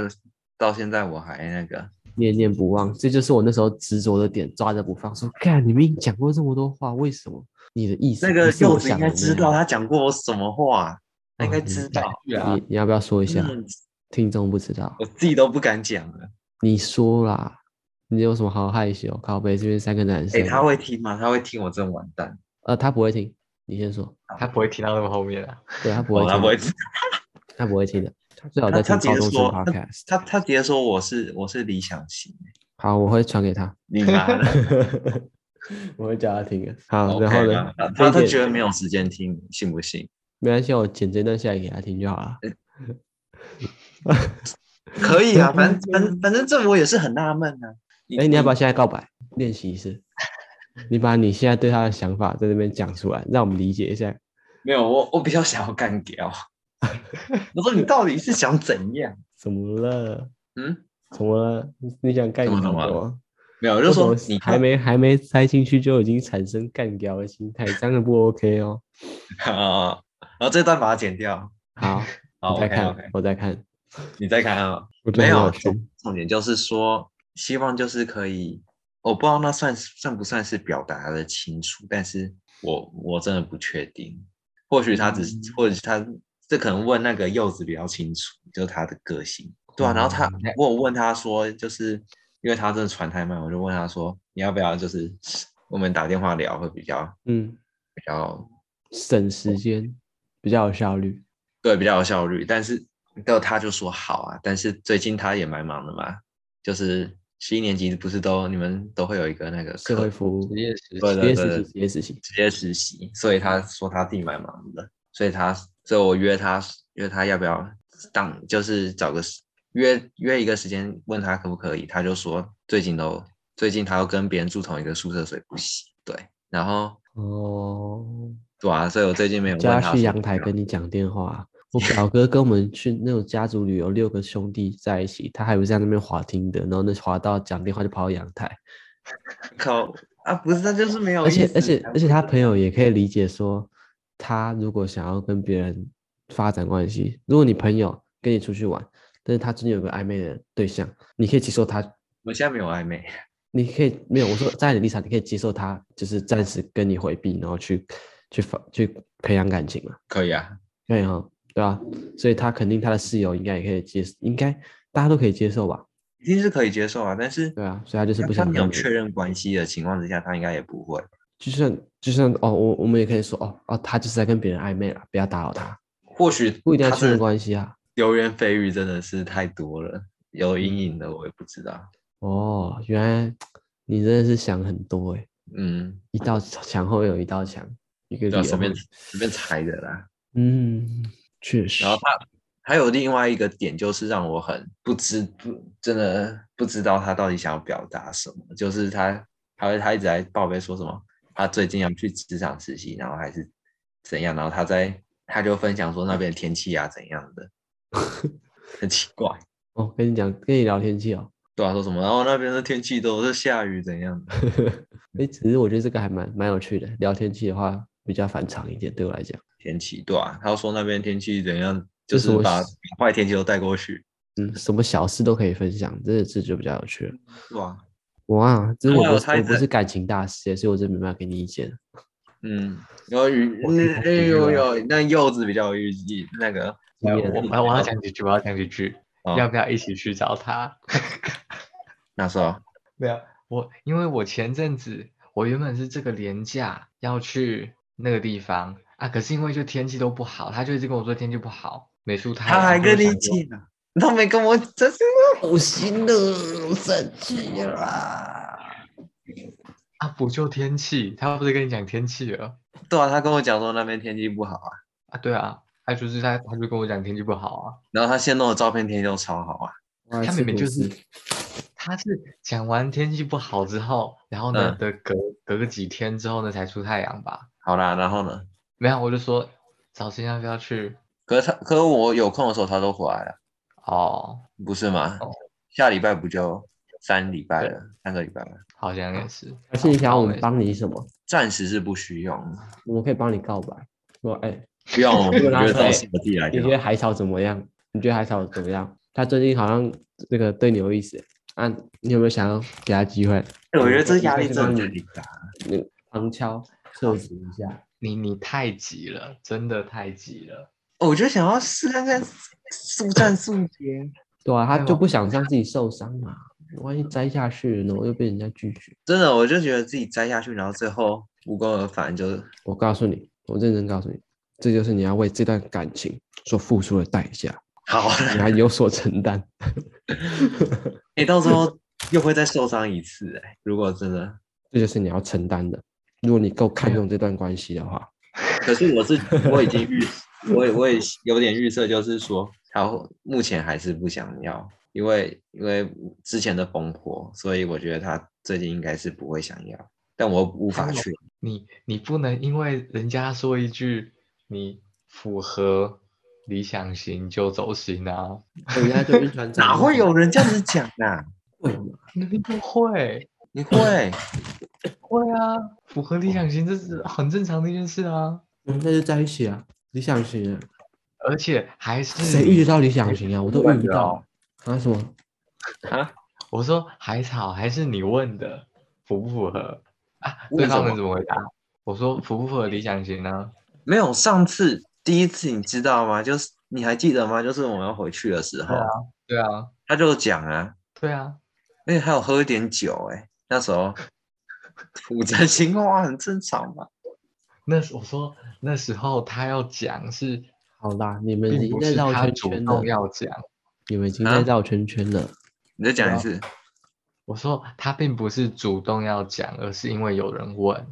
[SPEAKER 2] 到现在我还那个，
[SPEAKER 1] 念念不忘。这就是我那时候执着的点，抓着不放，说，看你明明讲过这么多话，为什么你的意思
[SPEAKER 2] 那个
[SPEAKER 1] 不是我
[SPEAKER 2] 柚子应
[SPEAKER 1] 想
[SPEAKER 2] 该
[SPEAKER 1] 的那
[SPEAKER 2] 知
[SPEAKER 1] 样
[SPEAKER 2] 道他讲过我什么话，他应
[SPEAKER 1] 哦
[SPEAKER 2] 该
[SPEAKER 1] 嗯
[SPEAKER 2] 知
[SPEAKER 3] 哪
[SPEAKER 2] 道。
[SPEAKER 3] 句啊？
[SPEAKER 1] 你你要不要说一下？
[SPEAKER 2] 嗯
[SPEAKER 1] 听众不知道，
[SPEAKER 2] 我自己都不敢讲了。
[SPEAKER 1] 你说啦，你有什么好害羞？靠背这边三个男
[SPEAKER 2] 哎、
[SPEAKER 1] 生，
[SPEAKER 2] 他会听吗？他会听我真完蛋。
[SPEAKER 1] 呃，他不会听，你先说，
[SPEAKER 3] 他不会听到那么后面啊。
[SPEAKER 1] 对他不会
[SPEAKER 2] 哦
[SPEAKER 1] 听，
[SPEAKER 2] 他不会听， [LAUGHS]
[SPEAKER 1] 他不会听的，他最好
[SPEAKER 2] 他
[SPEAKER 1] 在
[SPEAKER 2] 他
[SPEAKER 1] 听高
[SPEAKER 2] 直接
[SPEAKER 1] 中生
[SPEAKER 2] 说，他
[SPEAKER 1] podcast。
[SPEAKER 2] 他他直接说我是我是理想型，
[SPEAKER 1] 好，我会传给他，
[SPEAKER 2] 你妈的
[SPEAKER 1] [LAUGHS] 我会叫他听的。好，
[SPEAKER 2] OK
[SPEAKER 1] 然后
[SPEAKER 2] 啦
[SPEAKER 1] 呢？这
[SPEAKER 2] 他
[SPEAKER 1] 一
[SPEAKER 2] 他
[SPEAKER 1] 点
[SPEAKER 2] 觉得没有时间听，信
[SPEAKER 1] [LAUGHS]
[SPEAKER 2] 不信？
[SPEAKER 1] 没关系，我剪这段下来给他听就好了。
[SPEAKER 2] 可以啊，反正反正反正这我也是很纳闷啊。
[SPEAKER 1] 哎，你要不要现在告白练习一次？你把你现在对他的想法在这边讲出来，让我们理解一下。
[SPEAKER 2] 没有我我比较想要干
[SPEAKER 1] [LAUGHS]
[SPEAKER 2] 掉。我说你到底是想怎样？
[SPEAKER 1] 怎么了？
[SPEAKER 2] 嗯，
[SPEAKER 1] 怎么了？你你想干
[SPEAKER 2] 怎么
[SPEAKER 1] 什
[SPEAKER 2] 了吗
[SPEAKER 1] 么？
[SPEAKER 2] 没有，就
[SPEAKER 1] 为什
[SPEAKER 2] 说
[SPEAKER 1] 么
[SPEAKER 2] 你 [LAUGHS]
[SPEAKER 1] 还没还没塞进去就已经产生干掉的心
[SPEAKER 2] [LAUGHS]
[SPEAKER 1] 态，这样的不 OK 哦。
[SPEAKER 2] 啊，然后这段把它剪掉。
[SPEAKER 1] 好，
[SPEAKER 2] 好
[SPEAKER 1] 我再
[SPEAKER 2] ，OK
[SPEAKER 1] 看
[SPEAKER 2] OK，
[SPEAKER 1] 我再看，
[SPEAKER 2] 你再看啊。
[SPEAKER 1] 我觉得
[SPEAKER 2] 没
[SPEAKER 1] 很
[SPEAKER 2] 有
[SPEAKER 1] 有
[SPEAKER 2] 啊，
[SPEAKER 1] 趣
[SPEAKER 2] 重重点就是说，希望就是可以，我不知道那算是算不算是表达的清楚，但是我我真的不确定。或许他
[SPEAKER 1] 嗯
[SPEAKER 2] 只是，或许他这可能问那个柚子比较清楚，就是他的个性，对啊。然后他
[SPEAKER 1] 嗯
[SPEAKER 2] 我有问他说，就是因为他真的传太慢，我就问他说，你要不要就是 [SNIFFS] 我们打电话聊会比较
[SPEAKER 1] 嗯，
[SPEAKER 2] 比较
[SPEAKER 1] 省时间，比较有效率。
[SPEAKER 2] 对，比较有效率。但是，到他就说好啊，但是最近他也蛮忙的嘛，就是十一年级不是都你们都会有一个那个
[SPEAKER 1] 社
[SPEAKER 2] 课
[SPEAKER 1] 会服务
[SPEAKER 3] 职，业实习
[SPEAKER 2] 对
[SPEAKER 1] 职业
[SPEAKER 2] 对
[SPEAKER 1] 实习，职业实
[SPEAKER 2] 对
[SPEAKER 1] 习，
[SPEAKER 2] 职业实习，所以他说他自己蛮忙的，所以他所以我约他约他要不要当就是找个时约约一个时间问他可不可以，他就说最近都最近他要跟别人住同一个宿舍，所以不行。对，然后
[SPEAKER 1] 哦，
[SPEAKER 2] 对啊，所以我最近没有问
[SPEAKER 1] 叫
[SPEAKER 2] 他
[SPEAKER 1] 他去
[SPEAKER 2] 说
[SPEAKER 1] 阳台
[SPEAKER 2] 要
[SPEAKER 1] 跟你讲电话，我表哥跟我们去那种家族旅游，六个兄弟在一起，他还不是在那边滑听的，然后那滑到讲电话就跑到阳台，
[SPEAKER 2] 靠啊，不是，他就是没有
[SPEAKER 1] 而
[SPEAKER 2] 意
[SPEAKER 1] 且
[SPEAKER 2] 思
[SPEAKER 1] 而且
[SPEAKER 2] 啊
[SPEAKER 1] 而且他朋友也可以理解说，他如果想要跟别人发展关系，如果你朋友跟你出去玩，但是他真的有个暧昧的对象，你可以接受他，
[SPEAKER 2] 我现在没有暧昧，
[SPEAKER 1] 你可以没有我说在你的立场，你可以接受他就是暂时跟你回避，然后去去发去培养感情嘛。
[SPEAKER 2] 可以啊，
[SPEAKER 1] 可以哈，对啊，所以他肯定他的室友应该也可以接，应该大家都可以接受吧？
[SPEAKER 2] 一定是可以接受啊，但是
[SPEAKER 1] 对啊，所以他就是
[SPEAKER 2] 当
[SPEAKER 1] 不想
[SPEAKER 2] 他没有
[SPEAKER 1] 让你
[SPEAKER 2] 确认关系的情况之下，他应该也不会。
[SPEAKER 1] 就算就算哦，我我们也可以说哦哦，他就是在跟别人暧昧了，不要打扰他，
[SPEAKER 2] 或许
[SPEAKER 1] 不一定要
[SPEAKER 2] 他
[SPEAKER 1] 确认
[SPEAKER 2] 是
[SPEAKER 1] 关系啊。
[SPEAKER 2] 流言蜚语真的是太多了，有阴影
[SPEAKER 1] 嗯
[SPEAKER 2] 的我也不知道。
[SPEAKER 1] 哦，原来你真的是想很多诶、
[SPEAKER 2] 嗯，
[SPEAKER 1] 一道墙后有一道墙，一个
[SPEAKER 2] 对啊，
[SPEAKER 1] 理由
[SPEAKER 2] 随便
[SPEAKER 1] 会。
[SPEAKER 2] 随便猜的啦。
[SPEAKER 1] 嗯，确实
[SPEAKER 2] 然。后他还有另外一个点，就是让我很不知不真的不知道他到底想要表达什么，就是他他会他一直在报备说什么，他最近要去职场实习，然后还是怎样，然后他在他就分享说那边的天气啊怎样
[SPEAKER 1] [LAUGHS]
[SPEAKER 2] 的，很奇怪。
[SPEAKER 1] 哦，跟你讲，跟你聊天气哦。 [LAUGHS]
[SPEAKER 2] 对啊，说什么？然后那边的天气都是下雨怎样的？
[SPEAKER 1] 诶，只是我觉得这个还蛮蛮有趣的，聊天气的话比较反常一点，对我来讲。
[SPEAKER 2] 天气对啊，他说那边天气怎样，
[SPEAKER 1] 就
[SPEAKER 2] 就
[SPEAKER 1] 是
[SPEAKER 2] 是
[SPEAKER 1] 我
[SPEAKER 2] 把
[SPEAKER 1] 喜
[SPEAKER 2] 坏天气都带过去，
[SPEAKER 1] 嗯，什么小事都可以分享，这这就比较有趣了。
[SPEAKER 2] 对吧、啊？
[SPEAKER 1] 我啊，这
[SPEAKER 2] 还
[SPEAKER 1] 我
[SPEAKER 2] 有
[SPEAKER 1] 不是
[SPEAKER 2] 他一
[SPEAKER 1] 我
[SPEAKER 2] 直
[SPEAKER 1] 不
[SPEAKER 2] 在
[SPEAKER 1] 是感情大师耶，欸所以我真没办法给你意见。
[SPEAKER 2] 嗯，然后雨
[SPEAKER 1] 我听
[SPEAKER 2] 那
[SPEAKER 1] 他
[SPEAKER 2] 那
[SPEAKER 1] 提
[SPEAKER 2] 有
[SPEAKER 1] 出来
[SPEAKER 2] 有那柚子比较有预计那个，
[SPEAKER 1] 经
[SPEAKER 3] 哎
[SPEAKER 1] 验
[SPEAKER 3] 我我我要讲几句，我要讲几句，
[SPEAKER 2] 哦
[SPEAKER 3] 要不要一起去找他？
[SPEAKER 2] 那时候
[SPEAKER 3] 没有，啊我因为我前阵子我原本是这个廉假要去那个地方啊，可是因为就天气都不好，他就一直跟我说天气不好，没出太阳。
[SPEAKER 2] 他还
[SPEAKER 3] 我就
[SPEAKER 2] 跟你
[SPEAKER 3] 想
[SPEAKER 2] 一
[SPEAKER 3] 说
[SPEAKER 2] 起呢，他没跟我，这是
[SPEAKER 1] 不行了，我生气了。
[SPEAKER 3] 啊，不就天气？他不是跟你讲天气了
[SPEAKER 2] 对啊，他跟我讲说那边天气不好啊，
[SPEAKER 3] 啊？对啊，他就是他他就跟我讲天气不好啊。
[SPEAKER 2] 然后他现弄的照片天气都超好啊，
[SPEAKER 1] 我来
[SPEAKER 3] 他
[SPEAKER 1] 吃
[SPEAKER 3] 明明
[SPEAKER 1] 吐
[SPEAKER 3] 就
[SPEAKER 1] 司
[SPEAKER 3] 是，他是讲完天气不好之后，然后呢，
[SPEAKER 2] 嗯
[SPEAKER 3] 的隔隔个几天之后呢，才出太阳吧？
[SPEAKER 2] 好啦，然后呢？
[SPEAKER 3] 没有，我就说早晨要不要去？
[SPEAKER 2] 可是他可是我有空的时候他都回来了，
[SPEAKER 3] 哦，
[SPEAKER 2] 不是吗
[SPEAKER 3] 哦？
[SPEAKER 2] 下礼拜不就三礼拜
[SPEAKER 3] 对
[SPEAKER 2] 了，三个礼拜了，
[SPEAKER 3] 好像也是。哦
[SPEAKER 1] 而且你想要我们
[SPEAKER 2] 欸
[SPEAKER 3] 好
[SPEAKER 1] 帮你什么？
[SPEAKER 2] 暂时是不需用。
[SPEAKER 1] 我们可以帮你告白。说，哎、
[SPEAKER 2] 不用，我
[SPEAKER 1] 如
[SPEAKER 2] 觉
[SPEAKER 1] 果他
[SPEAKER 2] 得
[SPEAKER 1] 说
[SPEAKER 2] 都
[SPEAKER 1] 哎
[SPEAKER 2] 是我自己来
[SPEAKER 1] 你 [LAUGHS]
[SPEAKER 2] 就
[SPEAKER 1] 觉
[SPEAKER 2] 好
[SPEAKER 1] 得。海草怎么样？你觉得海草怎么样？他最近好像那个对你有意思，啊，你有没有想要给他机会？
[SPEAKER 2] 哎我觉得这压力真的
[SPEAKER 1] 帮
[SPEAKER 2] 太
[SPEAKER 1] 你
[SPEAKER 2] 大。
[SPEAKER 1] 旁敲侧击一下。
[SPEAKER 3] 你你太急了，真的太急了。
[SPEAKER 2] 哦我就想要试看看速战速决，
[SPEAKER 1] 对啊，他
[SPEAKER 3] 哎
[SPEAKER 1] 就
[SPEAKER 3] 我
[SPEAKER 1] 不想让自己受伤嘛，万一栽下去了呢，我又被人家拒绝。
[SPEAKER 2] 真的，我就觉得自己栽下去，然后最后无功而返，就是
[SPEAKER 1] 我告诉你，我认真告诉你，这就是你要为这段感情所付出的代价，
[SPEAKER 2] 好了。 [LAUGHS]
[SPEAKER 1] 你要有所承担。
[SPEAKER 2] 哎，到时候又会再受伤一次哎、如果真的，
[SPEAKER 1] 这就是你要承担的。如果你够看重这段关系的话，
[SPEAKER 2] 可是我是我已经预，我也我也有点预测，就是说他目前还是不想要，因为因为之前的风波，所以我觉得他最近应该是不会想要，但我无法
[SPEAKER 3] 还有
[SPEAKER 2] 确定。
[SPEAKER 3] 你你不能因为人家说一句你符合理想型就走心啊，
[SPEAKER 1] [LAUGHS] 人家就晕船长
[SPEAKER 2] 哪会有人这样子讲啊？ [LAUGHS]
[SPEAKER 1] 会？
[SPEAKER 3] 那边不会
[SPEAKER 2] 你会？
[SPEAKER 3] 会啊，符合理想型这是很正常的一件事啊，
[SPEAKER 1] 嗯那就在一起啊，理想型啊，
[SPEAKER 3] 而且还是
[SPEAKER 1] 谁遇得到理想型啊？我都遇不到啊！什么？
[SPEAKER 3] 我说海草还是你问的符不符合啊？
[SPEAKER 2] 为
[SPEAKER 3] 对
[SPEAKER 2] 什
[SPEAKER 3] 方
[SPEAKER 2] 么
[SPEAKER 3] 能怎么回答？我说符不符合理想型啊呢？
[SPEAKER 2] 没有，上次第一次你知道吗？就是你还记得吗？就是我们要回去的时候，
[SPEAKER 3] 对啊对啊，
[SPEAKER 2] 他就讲啊，
[SPEAKER 3] 对啊，
[SPEAKER 2] 而且还有喝一点酒、欸，哎，那时 [LAUGHS] 候吐真心话很正常嘛。
[SPEAKER 3] 那时我说那时候他要讲是，
[SPEAKER 1] 好啦，你们已
[SPEAKER 3] 并
[SPEAKER 1] 经
[SPEAKER 3] 不
[SPEAKER 1] 在
[SPEAKER 3] 是
[SPEAKER 1] 绕
[SPEAKER 3] 他
[SPEAKER 1] 圈
[SPEAKER 3] 主
[SPEAKER 1] 圈
[SPEAKER 3] 动
[SPEAKER 1] 了，
[SPEAKER 3] 要讲。
[SPEAKER 1] 你们已经在
[SPEAKER 2] 啊
[SPEAKER 1] 绕圈圈了。
[SPEAKER 2] 你再讲一次，
[SPEAKER 3] 我说他并不是主动要讲，而是因为有人问。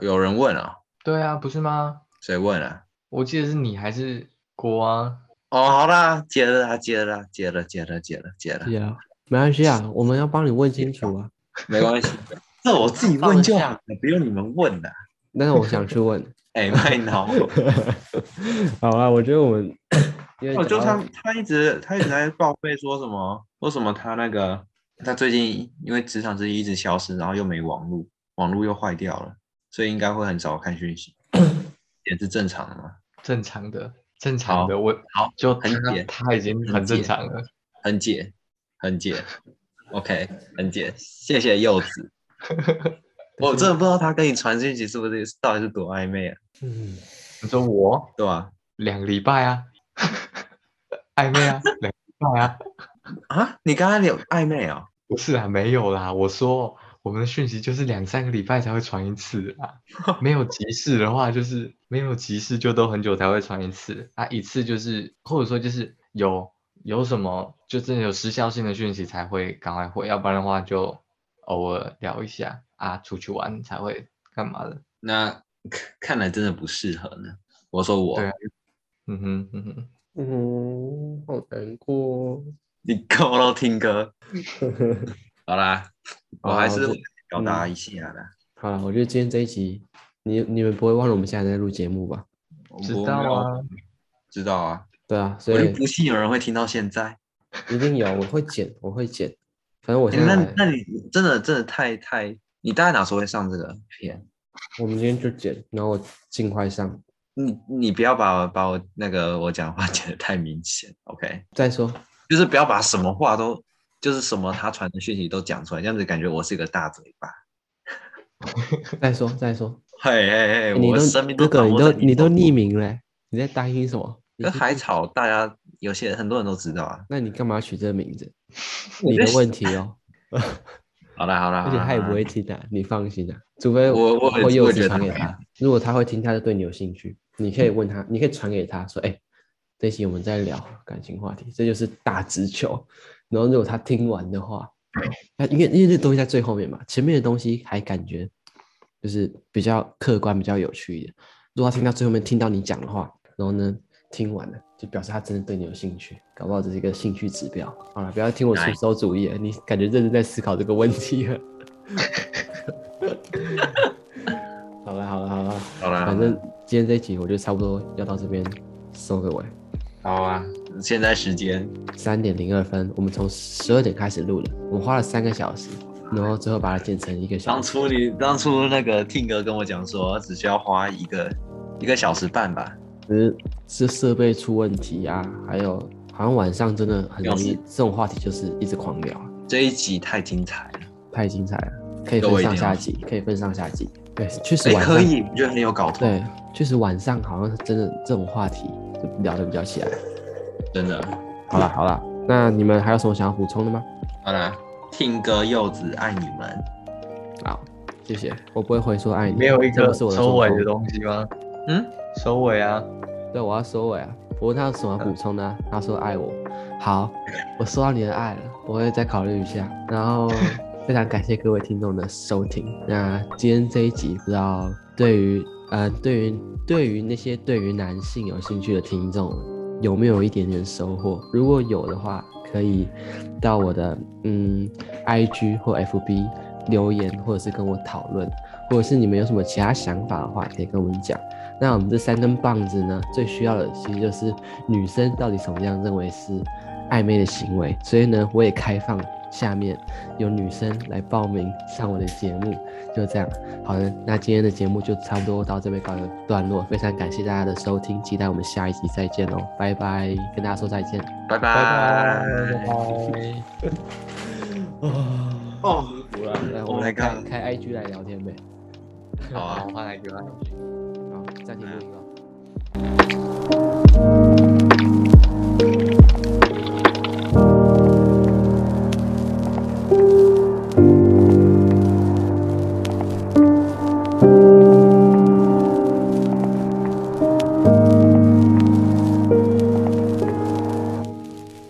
[SPEAKER 2] 有人问啊、
[SPEAKER 3] 对啊，不是吗？
[SPEAKER 2] 谁问啊？
[SPEAKER 3] 我记得是你还是郭啊？
[SPEAKER 2] 哦，好啦，接了啦，接了啦，接了，接了，接了，接了，
[SPEAKER 1] 对啊，没关系啊，我们要帮你问清楚 [LAUGHS] 啊。
[SPEAKER 2] 没关系，这我自己问就好了，不用你们问的。
[SPEAKER 1] [LAUGHS] 但是我想去问，
[SPEAKER 2] [LAUGHS] 哎，卖脑，
[SPEAKER 1] [LAUGHS] 好啊，我觉得我们因为
[SPEAKER 2] 哦，就
[SPEAKER 1] 讲
[SPEAKER 2] 他
[SPEAKER 1] 到
[SPEAKER 2] 他一直他一直在报备说什么，说什么他那个他最近因为职场之一一直消失，然后又没网络，网络又坏掉了，所以应该会很少看讯 [COUGHS] 息，也是正常的嘛，
[SPEAKER 3] 正常的，正常的，我
[SPEAKER 2] 好
[SPEAKER 3] 就
[SPEAKER 2] 很
[SPEAKER 3] 他
[SPEAKER 2] 解
[SPEAKER 3] 他已经
[SPEAKER 2] 很
[SPEAKER 3] 很正
[SPEAKER 2] 解
[SPEAKER 3] 常了。
[SPEAKER 2] 很解很解，OK，很解，谢谢柚子。我真的不知道他跟你传讯息是不是到底是多暧昧啊，
[SPEAKER 1] 嗯，
[SPEAKER 3] 你说我
[SPEAKER 2] 对吧、
[SPEAKER 3] 两个礼拜啊， [LAUGHS] 暧昧啊，两个礼拜啊，
[SPEAKER 2] 啊，你刚刚有暧昧哦？
[SPEAKER 3] 不是啊，没有啦，我说我们的讯息就是两三个礼拜才会传一次啊，没
[SPEAKER 1] [LAUGHS]
[SPEAKER 3] 有急事的话就是没有急事就都很久才会传一次啊，一次就是或者说就是有有什么就真的有时效性的讯息才会赶快回，要不然的话就偶尔聊一下啊，出去玩才会干嘛的，
[SPEAKER 2] 那看看来真的不适合呢。我说我，
[SPEAKER 3] 对啊嗯哼嗯哼。
[SPEAKER 1] 嗯，好难过 [LAUGHS] 哦。
[SPEAKER 2] 你够了，听歌。好啦，我还
[SPEAKER 3] 哦
[SPEAKER 2] 是
[SPEAKER 1] 好
[SPEAKER 2] 会表达一下的。
[SPEAKER 1] 好了，我觉得今天这一集，你你们不会忘了我们现在在录节目吧？
[SPEAKER 2] 我
[SPEAKER 3] 知
[SPEAKER 2] 我
[SPEAKER 3] 道
[SPEAKER 2] 没有
[SPEAKER 3] 啊，
[SPEAKER 2] 知道啊。
[SPEAKER 1] 对啊，所
[SPEAKER 2] 我
[SPEAKER 1] 以
[SPEAKER 2] 就不信有人会听到现在。
[SPEAKER 1] 一定有，我会剪，我会剪。反正我
[SPEAKER 2] 诶
[SPEAKER 1] 现在
[SPEAKER 2] 那
[SPEAKER 1] 来
[SPEAKER 2] 那你真的真的太太，你大概哪时候会上这个片？
[SPEAKER 1] 我们今天就剪，然后我尽快上。
[SPEAKER 2] 你你不要把把我那个我讲话 [LAUGHS] 讲的太明显，OK？
[SPEAKER 1] 再说，
[SPEAKER 2] 就是不要把什么话都，就是什么他传的讯息都讲出来，这样子感觉我是一个大嘴巴。
[SPEAKER 1] 再说，再说。
[SPEAKER 2] 嘿嘿嘿，
[SPEAKER 1] 哎你
[SPEAKER 2] 我
[SPEAKER 1] 都
[SPEAKER 2] 生命都
[SPEAKER 1] 这个
[SPEAKER 2] 掌
[SPEAKER 1] 你
[SPEAKER 2] 握
[SPEAKER 1] 都
[SPEAKER 2] 在
[SPEAKER 1] 你
[SPEAKER 2] 手
[SPEAKER 1] 都
[SPEAKER 2] 中
[SPEAKER 1] 匿名嘞、欸你在担心什么？ [LAUGHS] 你
[SPEAKER 2] 那
[SPEAKER 1] 是
[SPEAKER 2] 海草大家有些很多人都知道啊。
[SPEAKER 1] 那你干嘛取这个名字？
[SPEAKER 2] 我
[SPEAKER 1] 你
[SPEAKER 2] 在
[SPEAKER 1] 的
[SPEAKER 2] 想
[SPEAKER 1] 问题哦，
[SPEAKER 2] 好啦好啦，
[SPEAKER 1] 而且他也
[SPEAKER 2] 好啦
[SPEAKER 1] 不会听的、你放心啊。除非
[SPEAKER 2] 啊我我也
[SPEAKER 1] 会
[SPEAKER 2] 我
[SPEAKER 1] 幼
[SPEAKER 2] 也觉
[SPEAKER 1] 稚
[SPEAKER 2] 得
[SPEAKER 1] 传
[SPEAKER 2] 他
[SPEAKER 1] 给
[SPEAKER 2] 会
[SPEAKER 1] 他，如果他会听，他就对你有兴趣。你可以问他，你可以传给他说：“哎、这一期我们在聊感情话题，这就是打直球。”然后如果他听完的话，那因为因为这东西在最后面嘛，前面的东西还感觉就是比较客观、比较有趣一点。如果他听到最后面听到你讲的话，然后呢听完了，就表示他真的对你有兴趣，搞不好这是一个兴趣指标。好了，不要听我出
[SPEAKER 2] 哎
[SPEAKER 1] 馊主意了，你感觉认真在思考这个问题了。好了好了好了，
[SPEAKER 2] 好啦，
[SPEAKER 1] 反正今天这一集我就差不多要到这边收个尾，
[SPEAKER 2] 好啊。现在时间
[SPEAKER 1] 三点零二分，我们从十二点开始录的，我们花了三个小时，然后最后把它剪成一个小
[SPEAKER 2] 当
[SPEAKER 1] 时。
[SPEAKER 2] 初你当初那个听哥跟我讲说，只需要花一个一个小时半吧，
[SPEAKER 1] 只是是设备出问题啊，还有好像晚上真的很容易
[SPEAKER 2] 表示，
[SPEAKER 1] 这种话题就是一直狂聊啊，
[SPEAKER 2] 这一集太精彩了。
[SPEAKER 1] 太精彩了，可以
[SPEAKER 2] 各
[SPEAKER 1] 分
[SPEAKER 2] 位一
[SPEAKER 1] 上
[SPEAKER 2] 定
[SPEAKER 1] 下
[SPEAKER 2] 要
[SPEAKER 1] 集，可以分上下集。对，确实
[SPEAKER 2] 哎，
[SPEAKER 1] 晚上、
[SPEAKER 2] 可以，我觉得很有搞头，
[SPEAKER 1] 对，确实晚上好像真的这种话题就聊得比较起来。
[SPEAKER 2] 真的。
[SPEAKER 1] 好了好了，那你们还有什么想要补充的吗？
[SPEAKER 2] 好啦，听哥柚子爱你们。
[SPEAKER 1] 好，谢谢，我不会回说爱你，
[SPEAKER 3] 没有一
[SPEAKER 1] 这
[SPEAKER 3] 个
[SPEAKER 1] 不是我的
[SPEAKER 3] 收尾
[SPEAKER 1] 作
[SPEAKER 3] 的东西吗？
[SPEAKER 2] 嗯，
[SPEAKER 3] 收尾啊，
[SPEAKER 1] 风。对，我要收尾啊。我问他有什么要补充的啊、他说爱我。好，我收到你的爱了，我会再考虑一下。然后非常感谢各位听众的收听。那今天这一集，不知道对于呃，对于对于那些对于男性有兴趣的听众，有没有一点点收获？如果有的话，可以到我的嗯 IG 或 FB 留言，或者是跟我讨论，或者是你们有什么其他想法的话，可以跟我们讲。那我们这三根棒子呢，最需要的其实就是女生到底怎么样认为是暧昧的行为。所以呢，我也开放下面有女生来报名上我的节目，就这样。好的，那今天的节目就差不多到这边告一个段落，非常感谢大家的收听，期待我们下一集再见哦，拜拜，跟大家说再见。
[SPEAKER 2] 拜
[SPEAKER 3] 拜
[SPEAKER 2] 拜。
[SPEAKER 3] 拜拜。 [LAUGHS]
[SPEAKER 2] 哦，
[SPEAKER 1] 来，我
[SPEAKER 2] Oh
[SPEAKER 1] 们
[SPEAKER 2] my
[SPEAKER 1] 开
[SPEAKER 2] god
[SPEAKER 1] 开 IG 来聊天呗。
[SPEAKER 2] 好啊
[SPEAKER 3] 好，。换来一个，换来一个。
[SPEAKER 1] 好，暂停录音哦。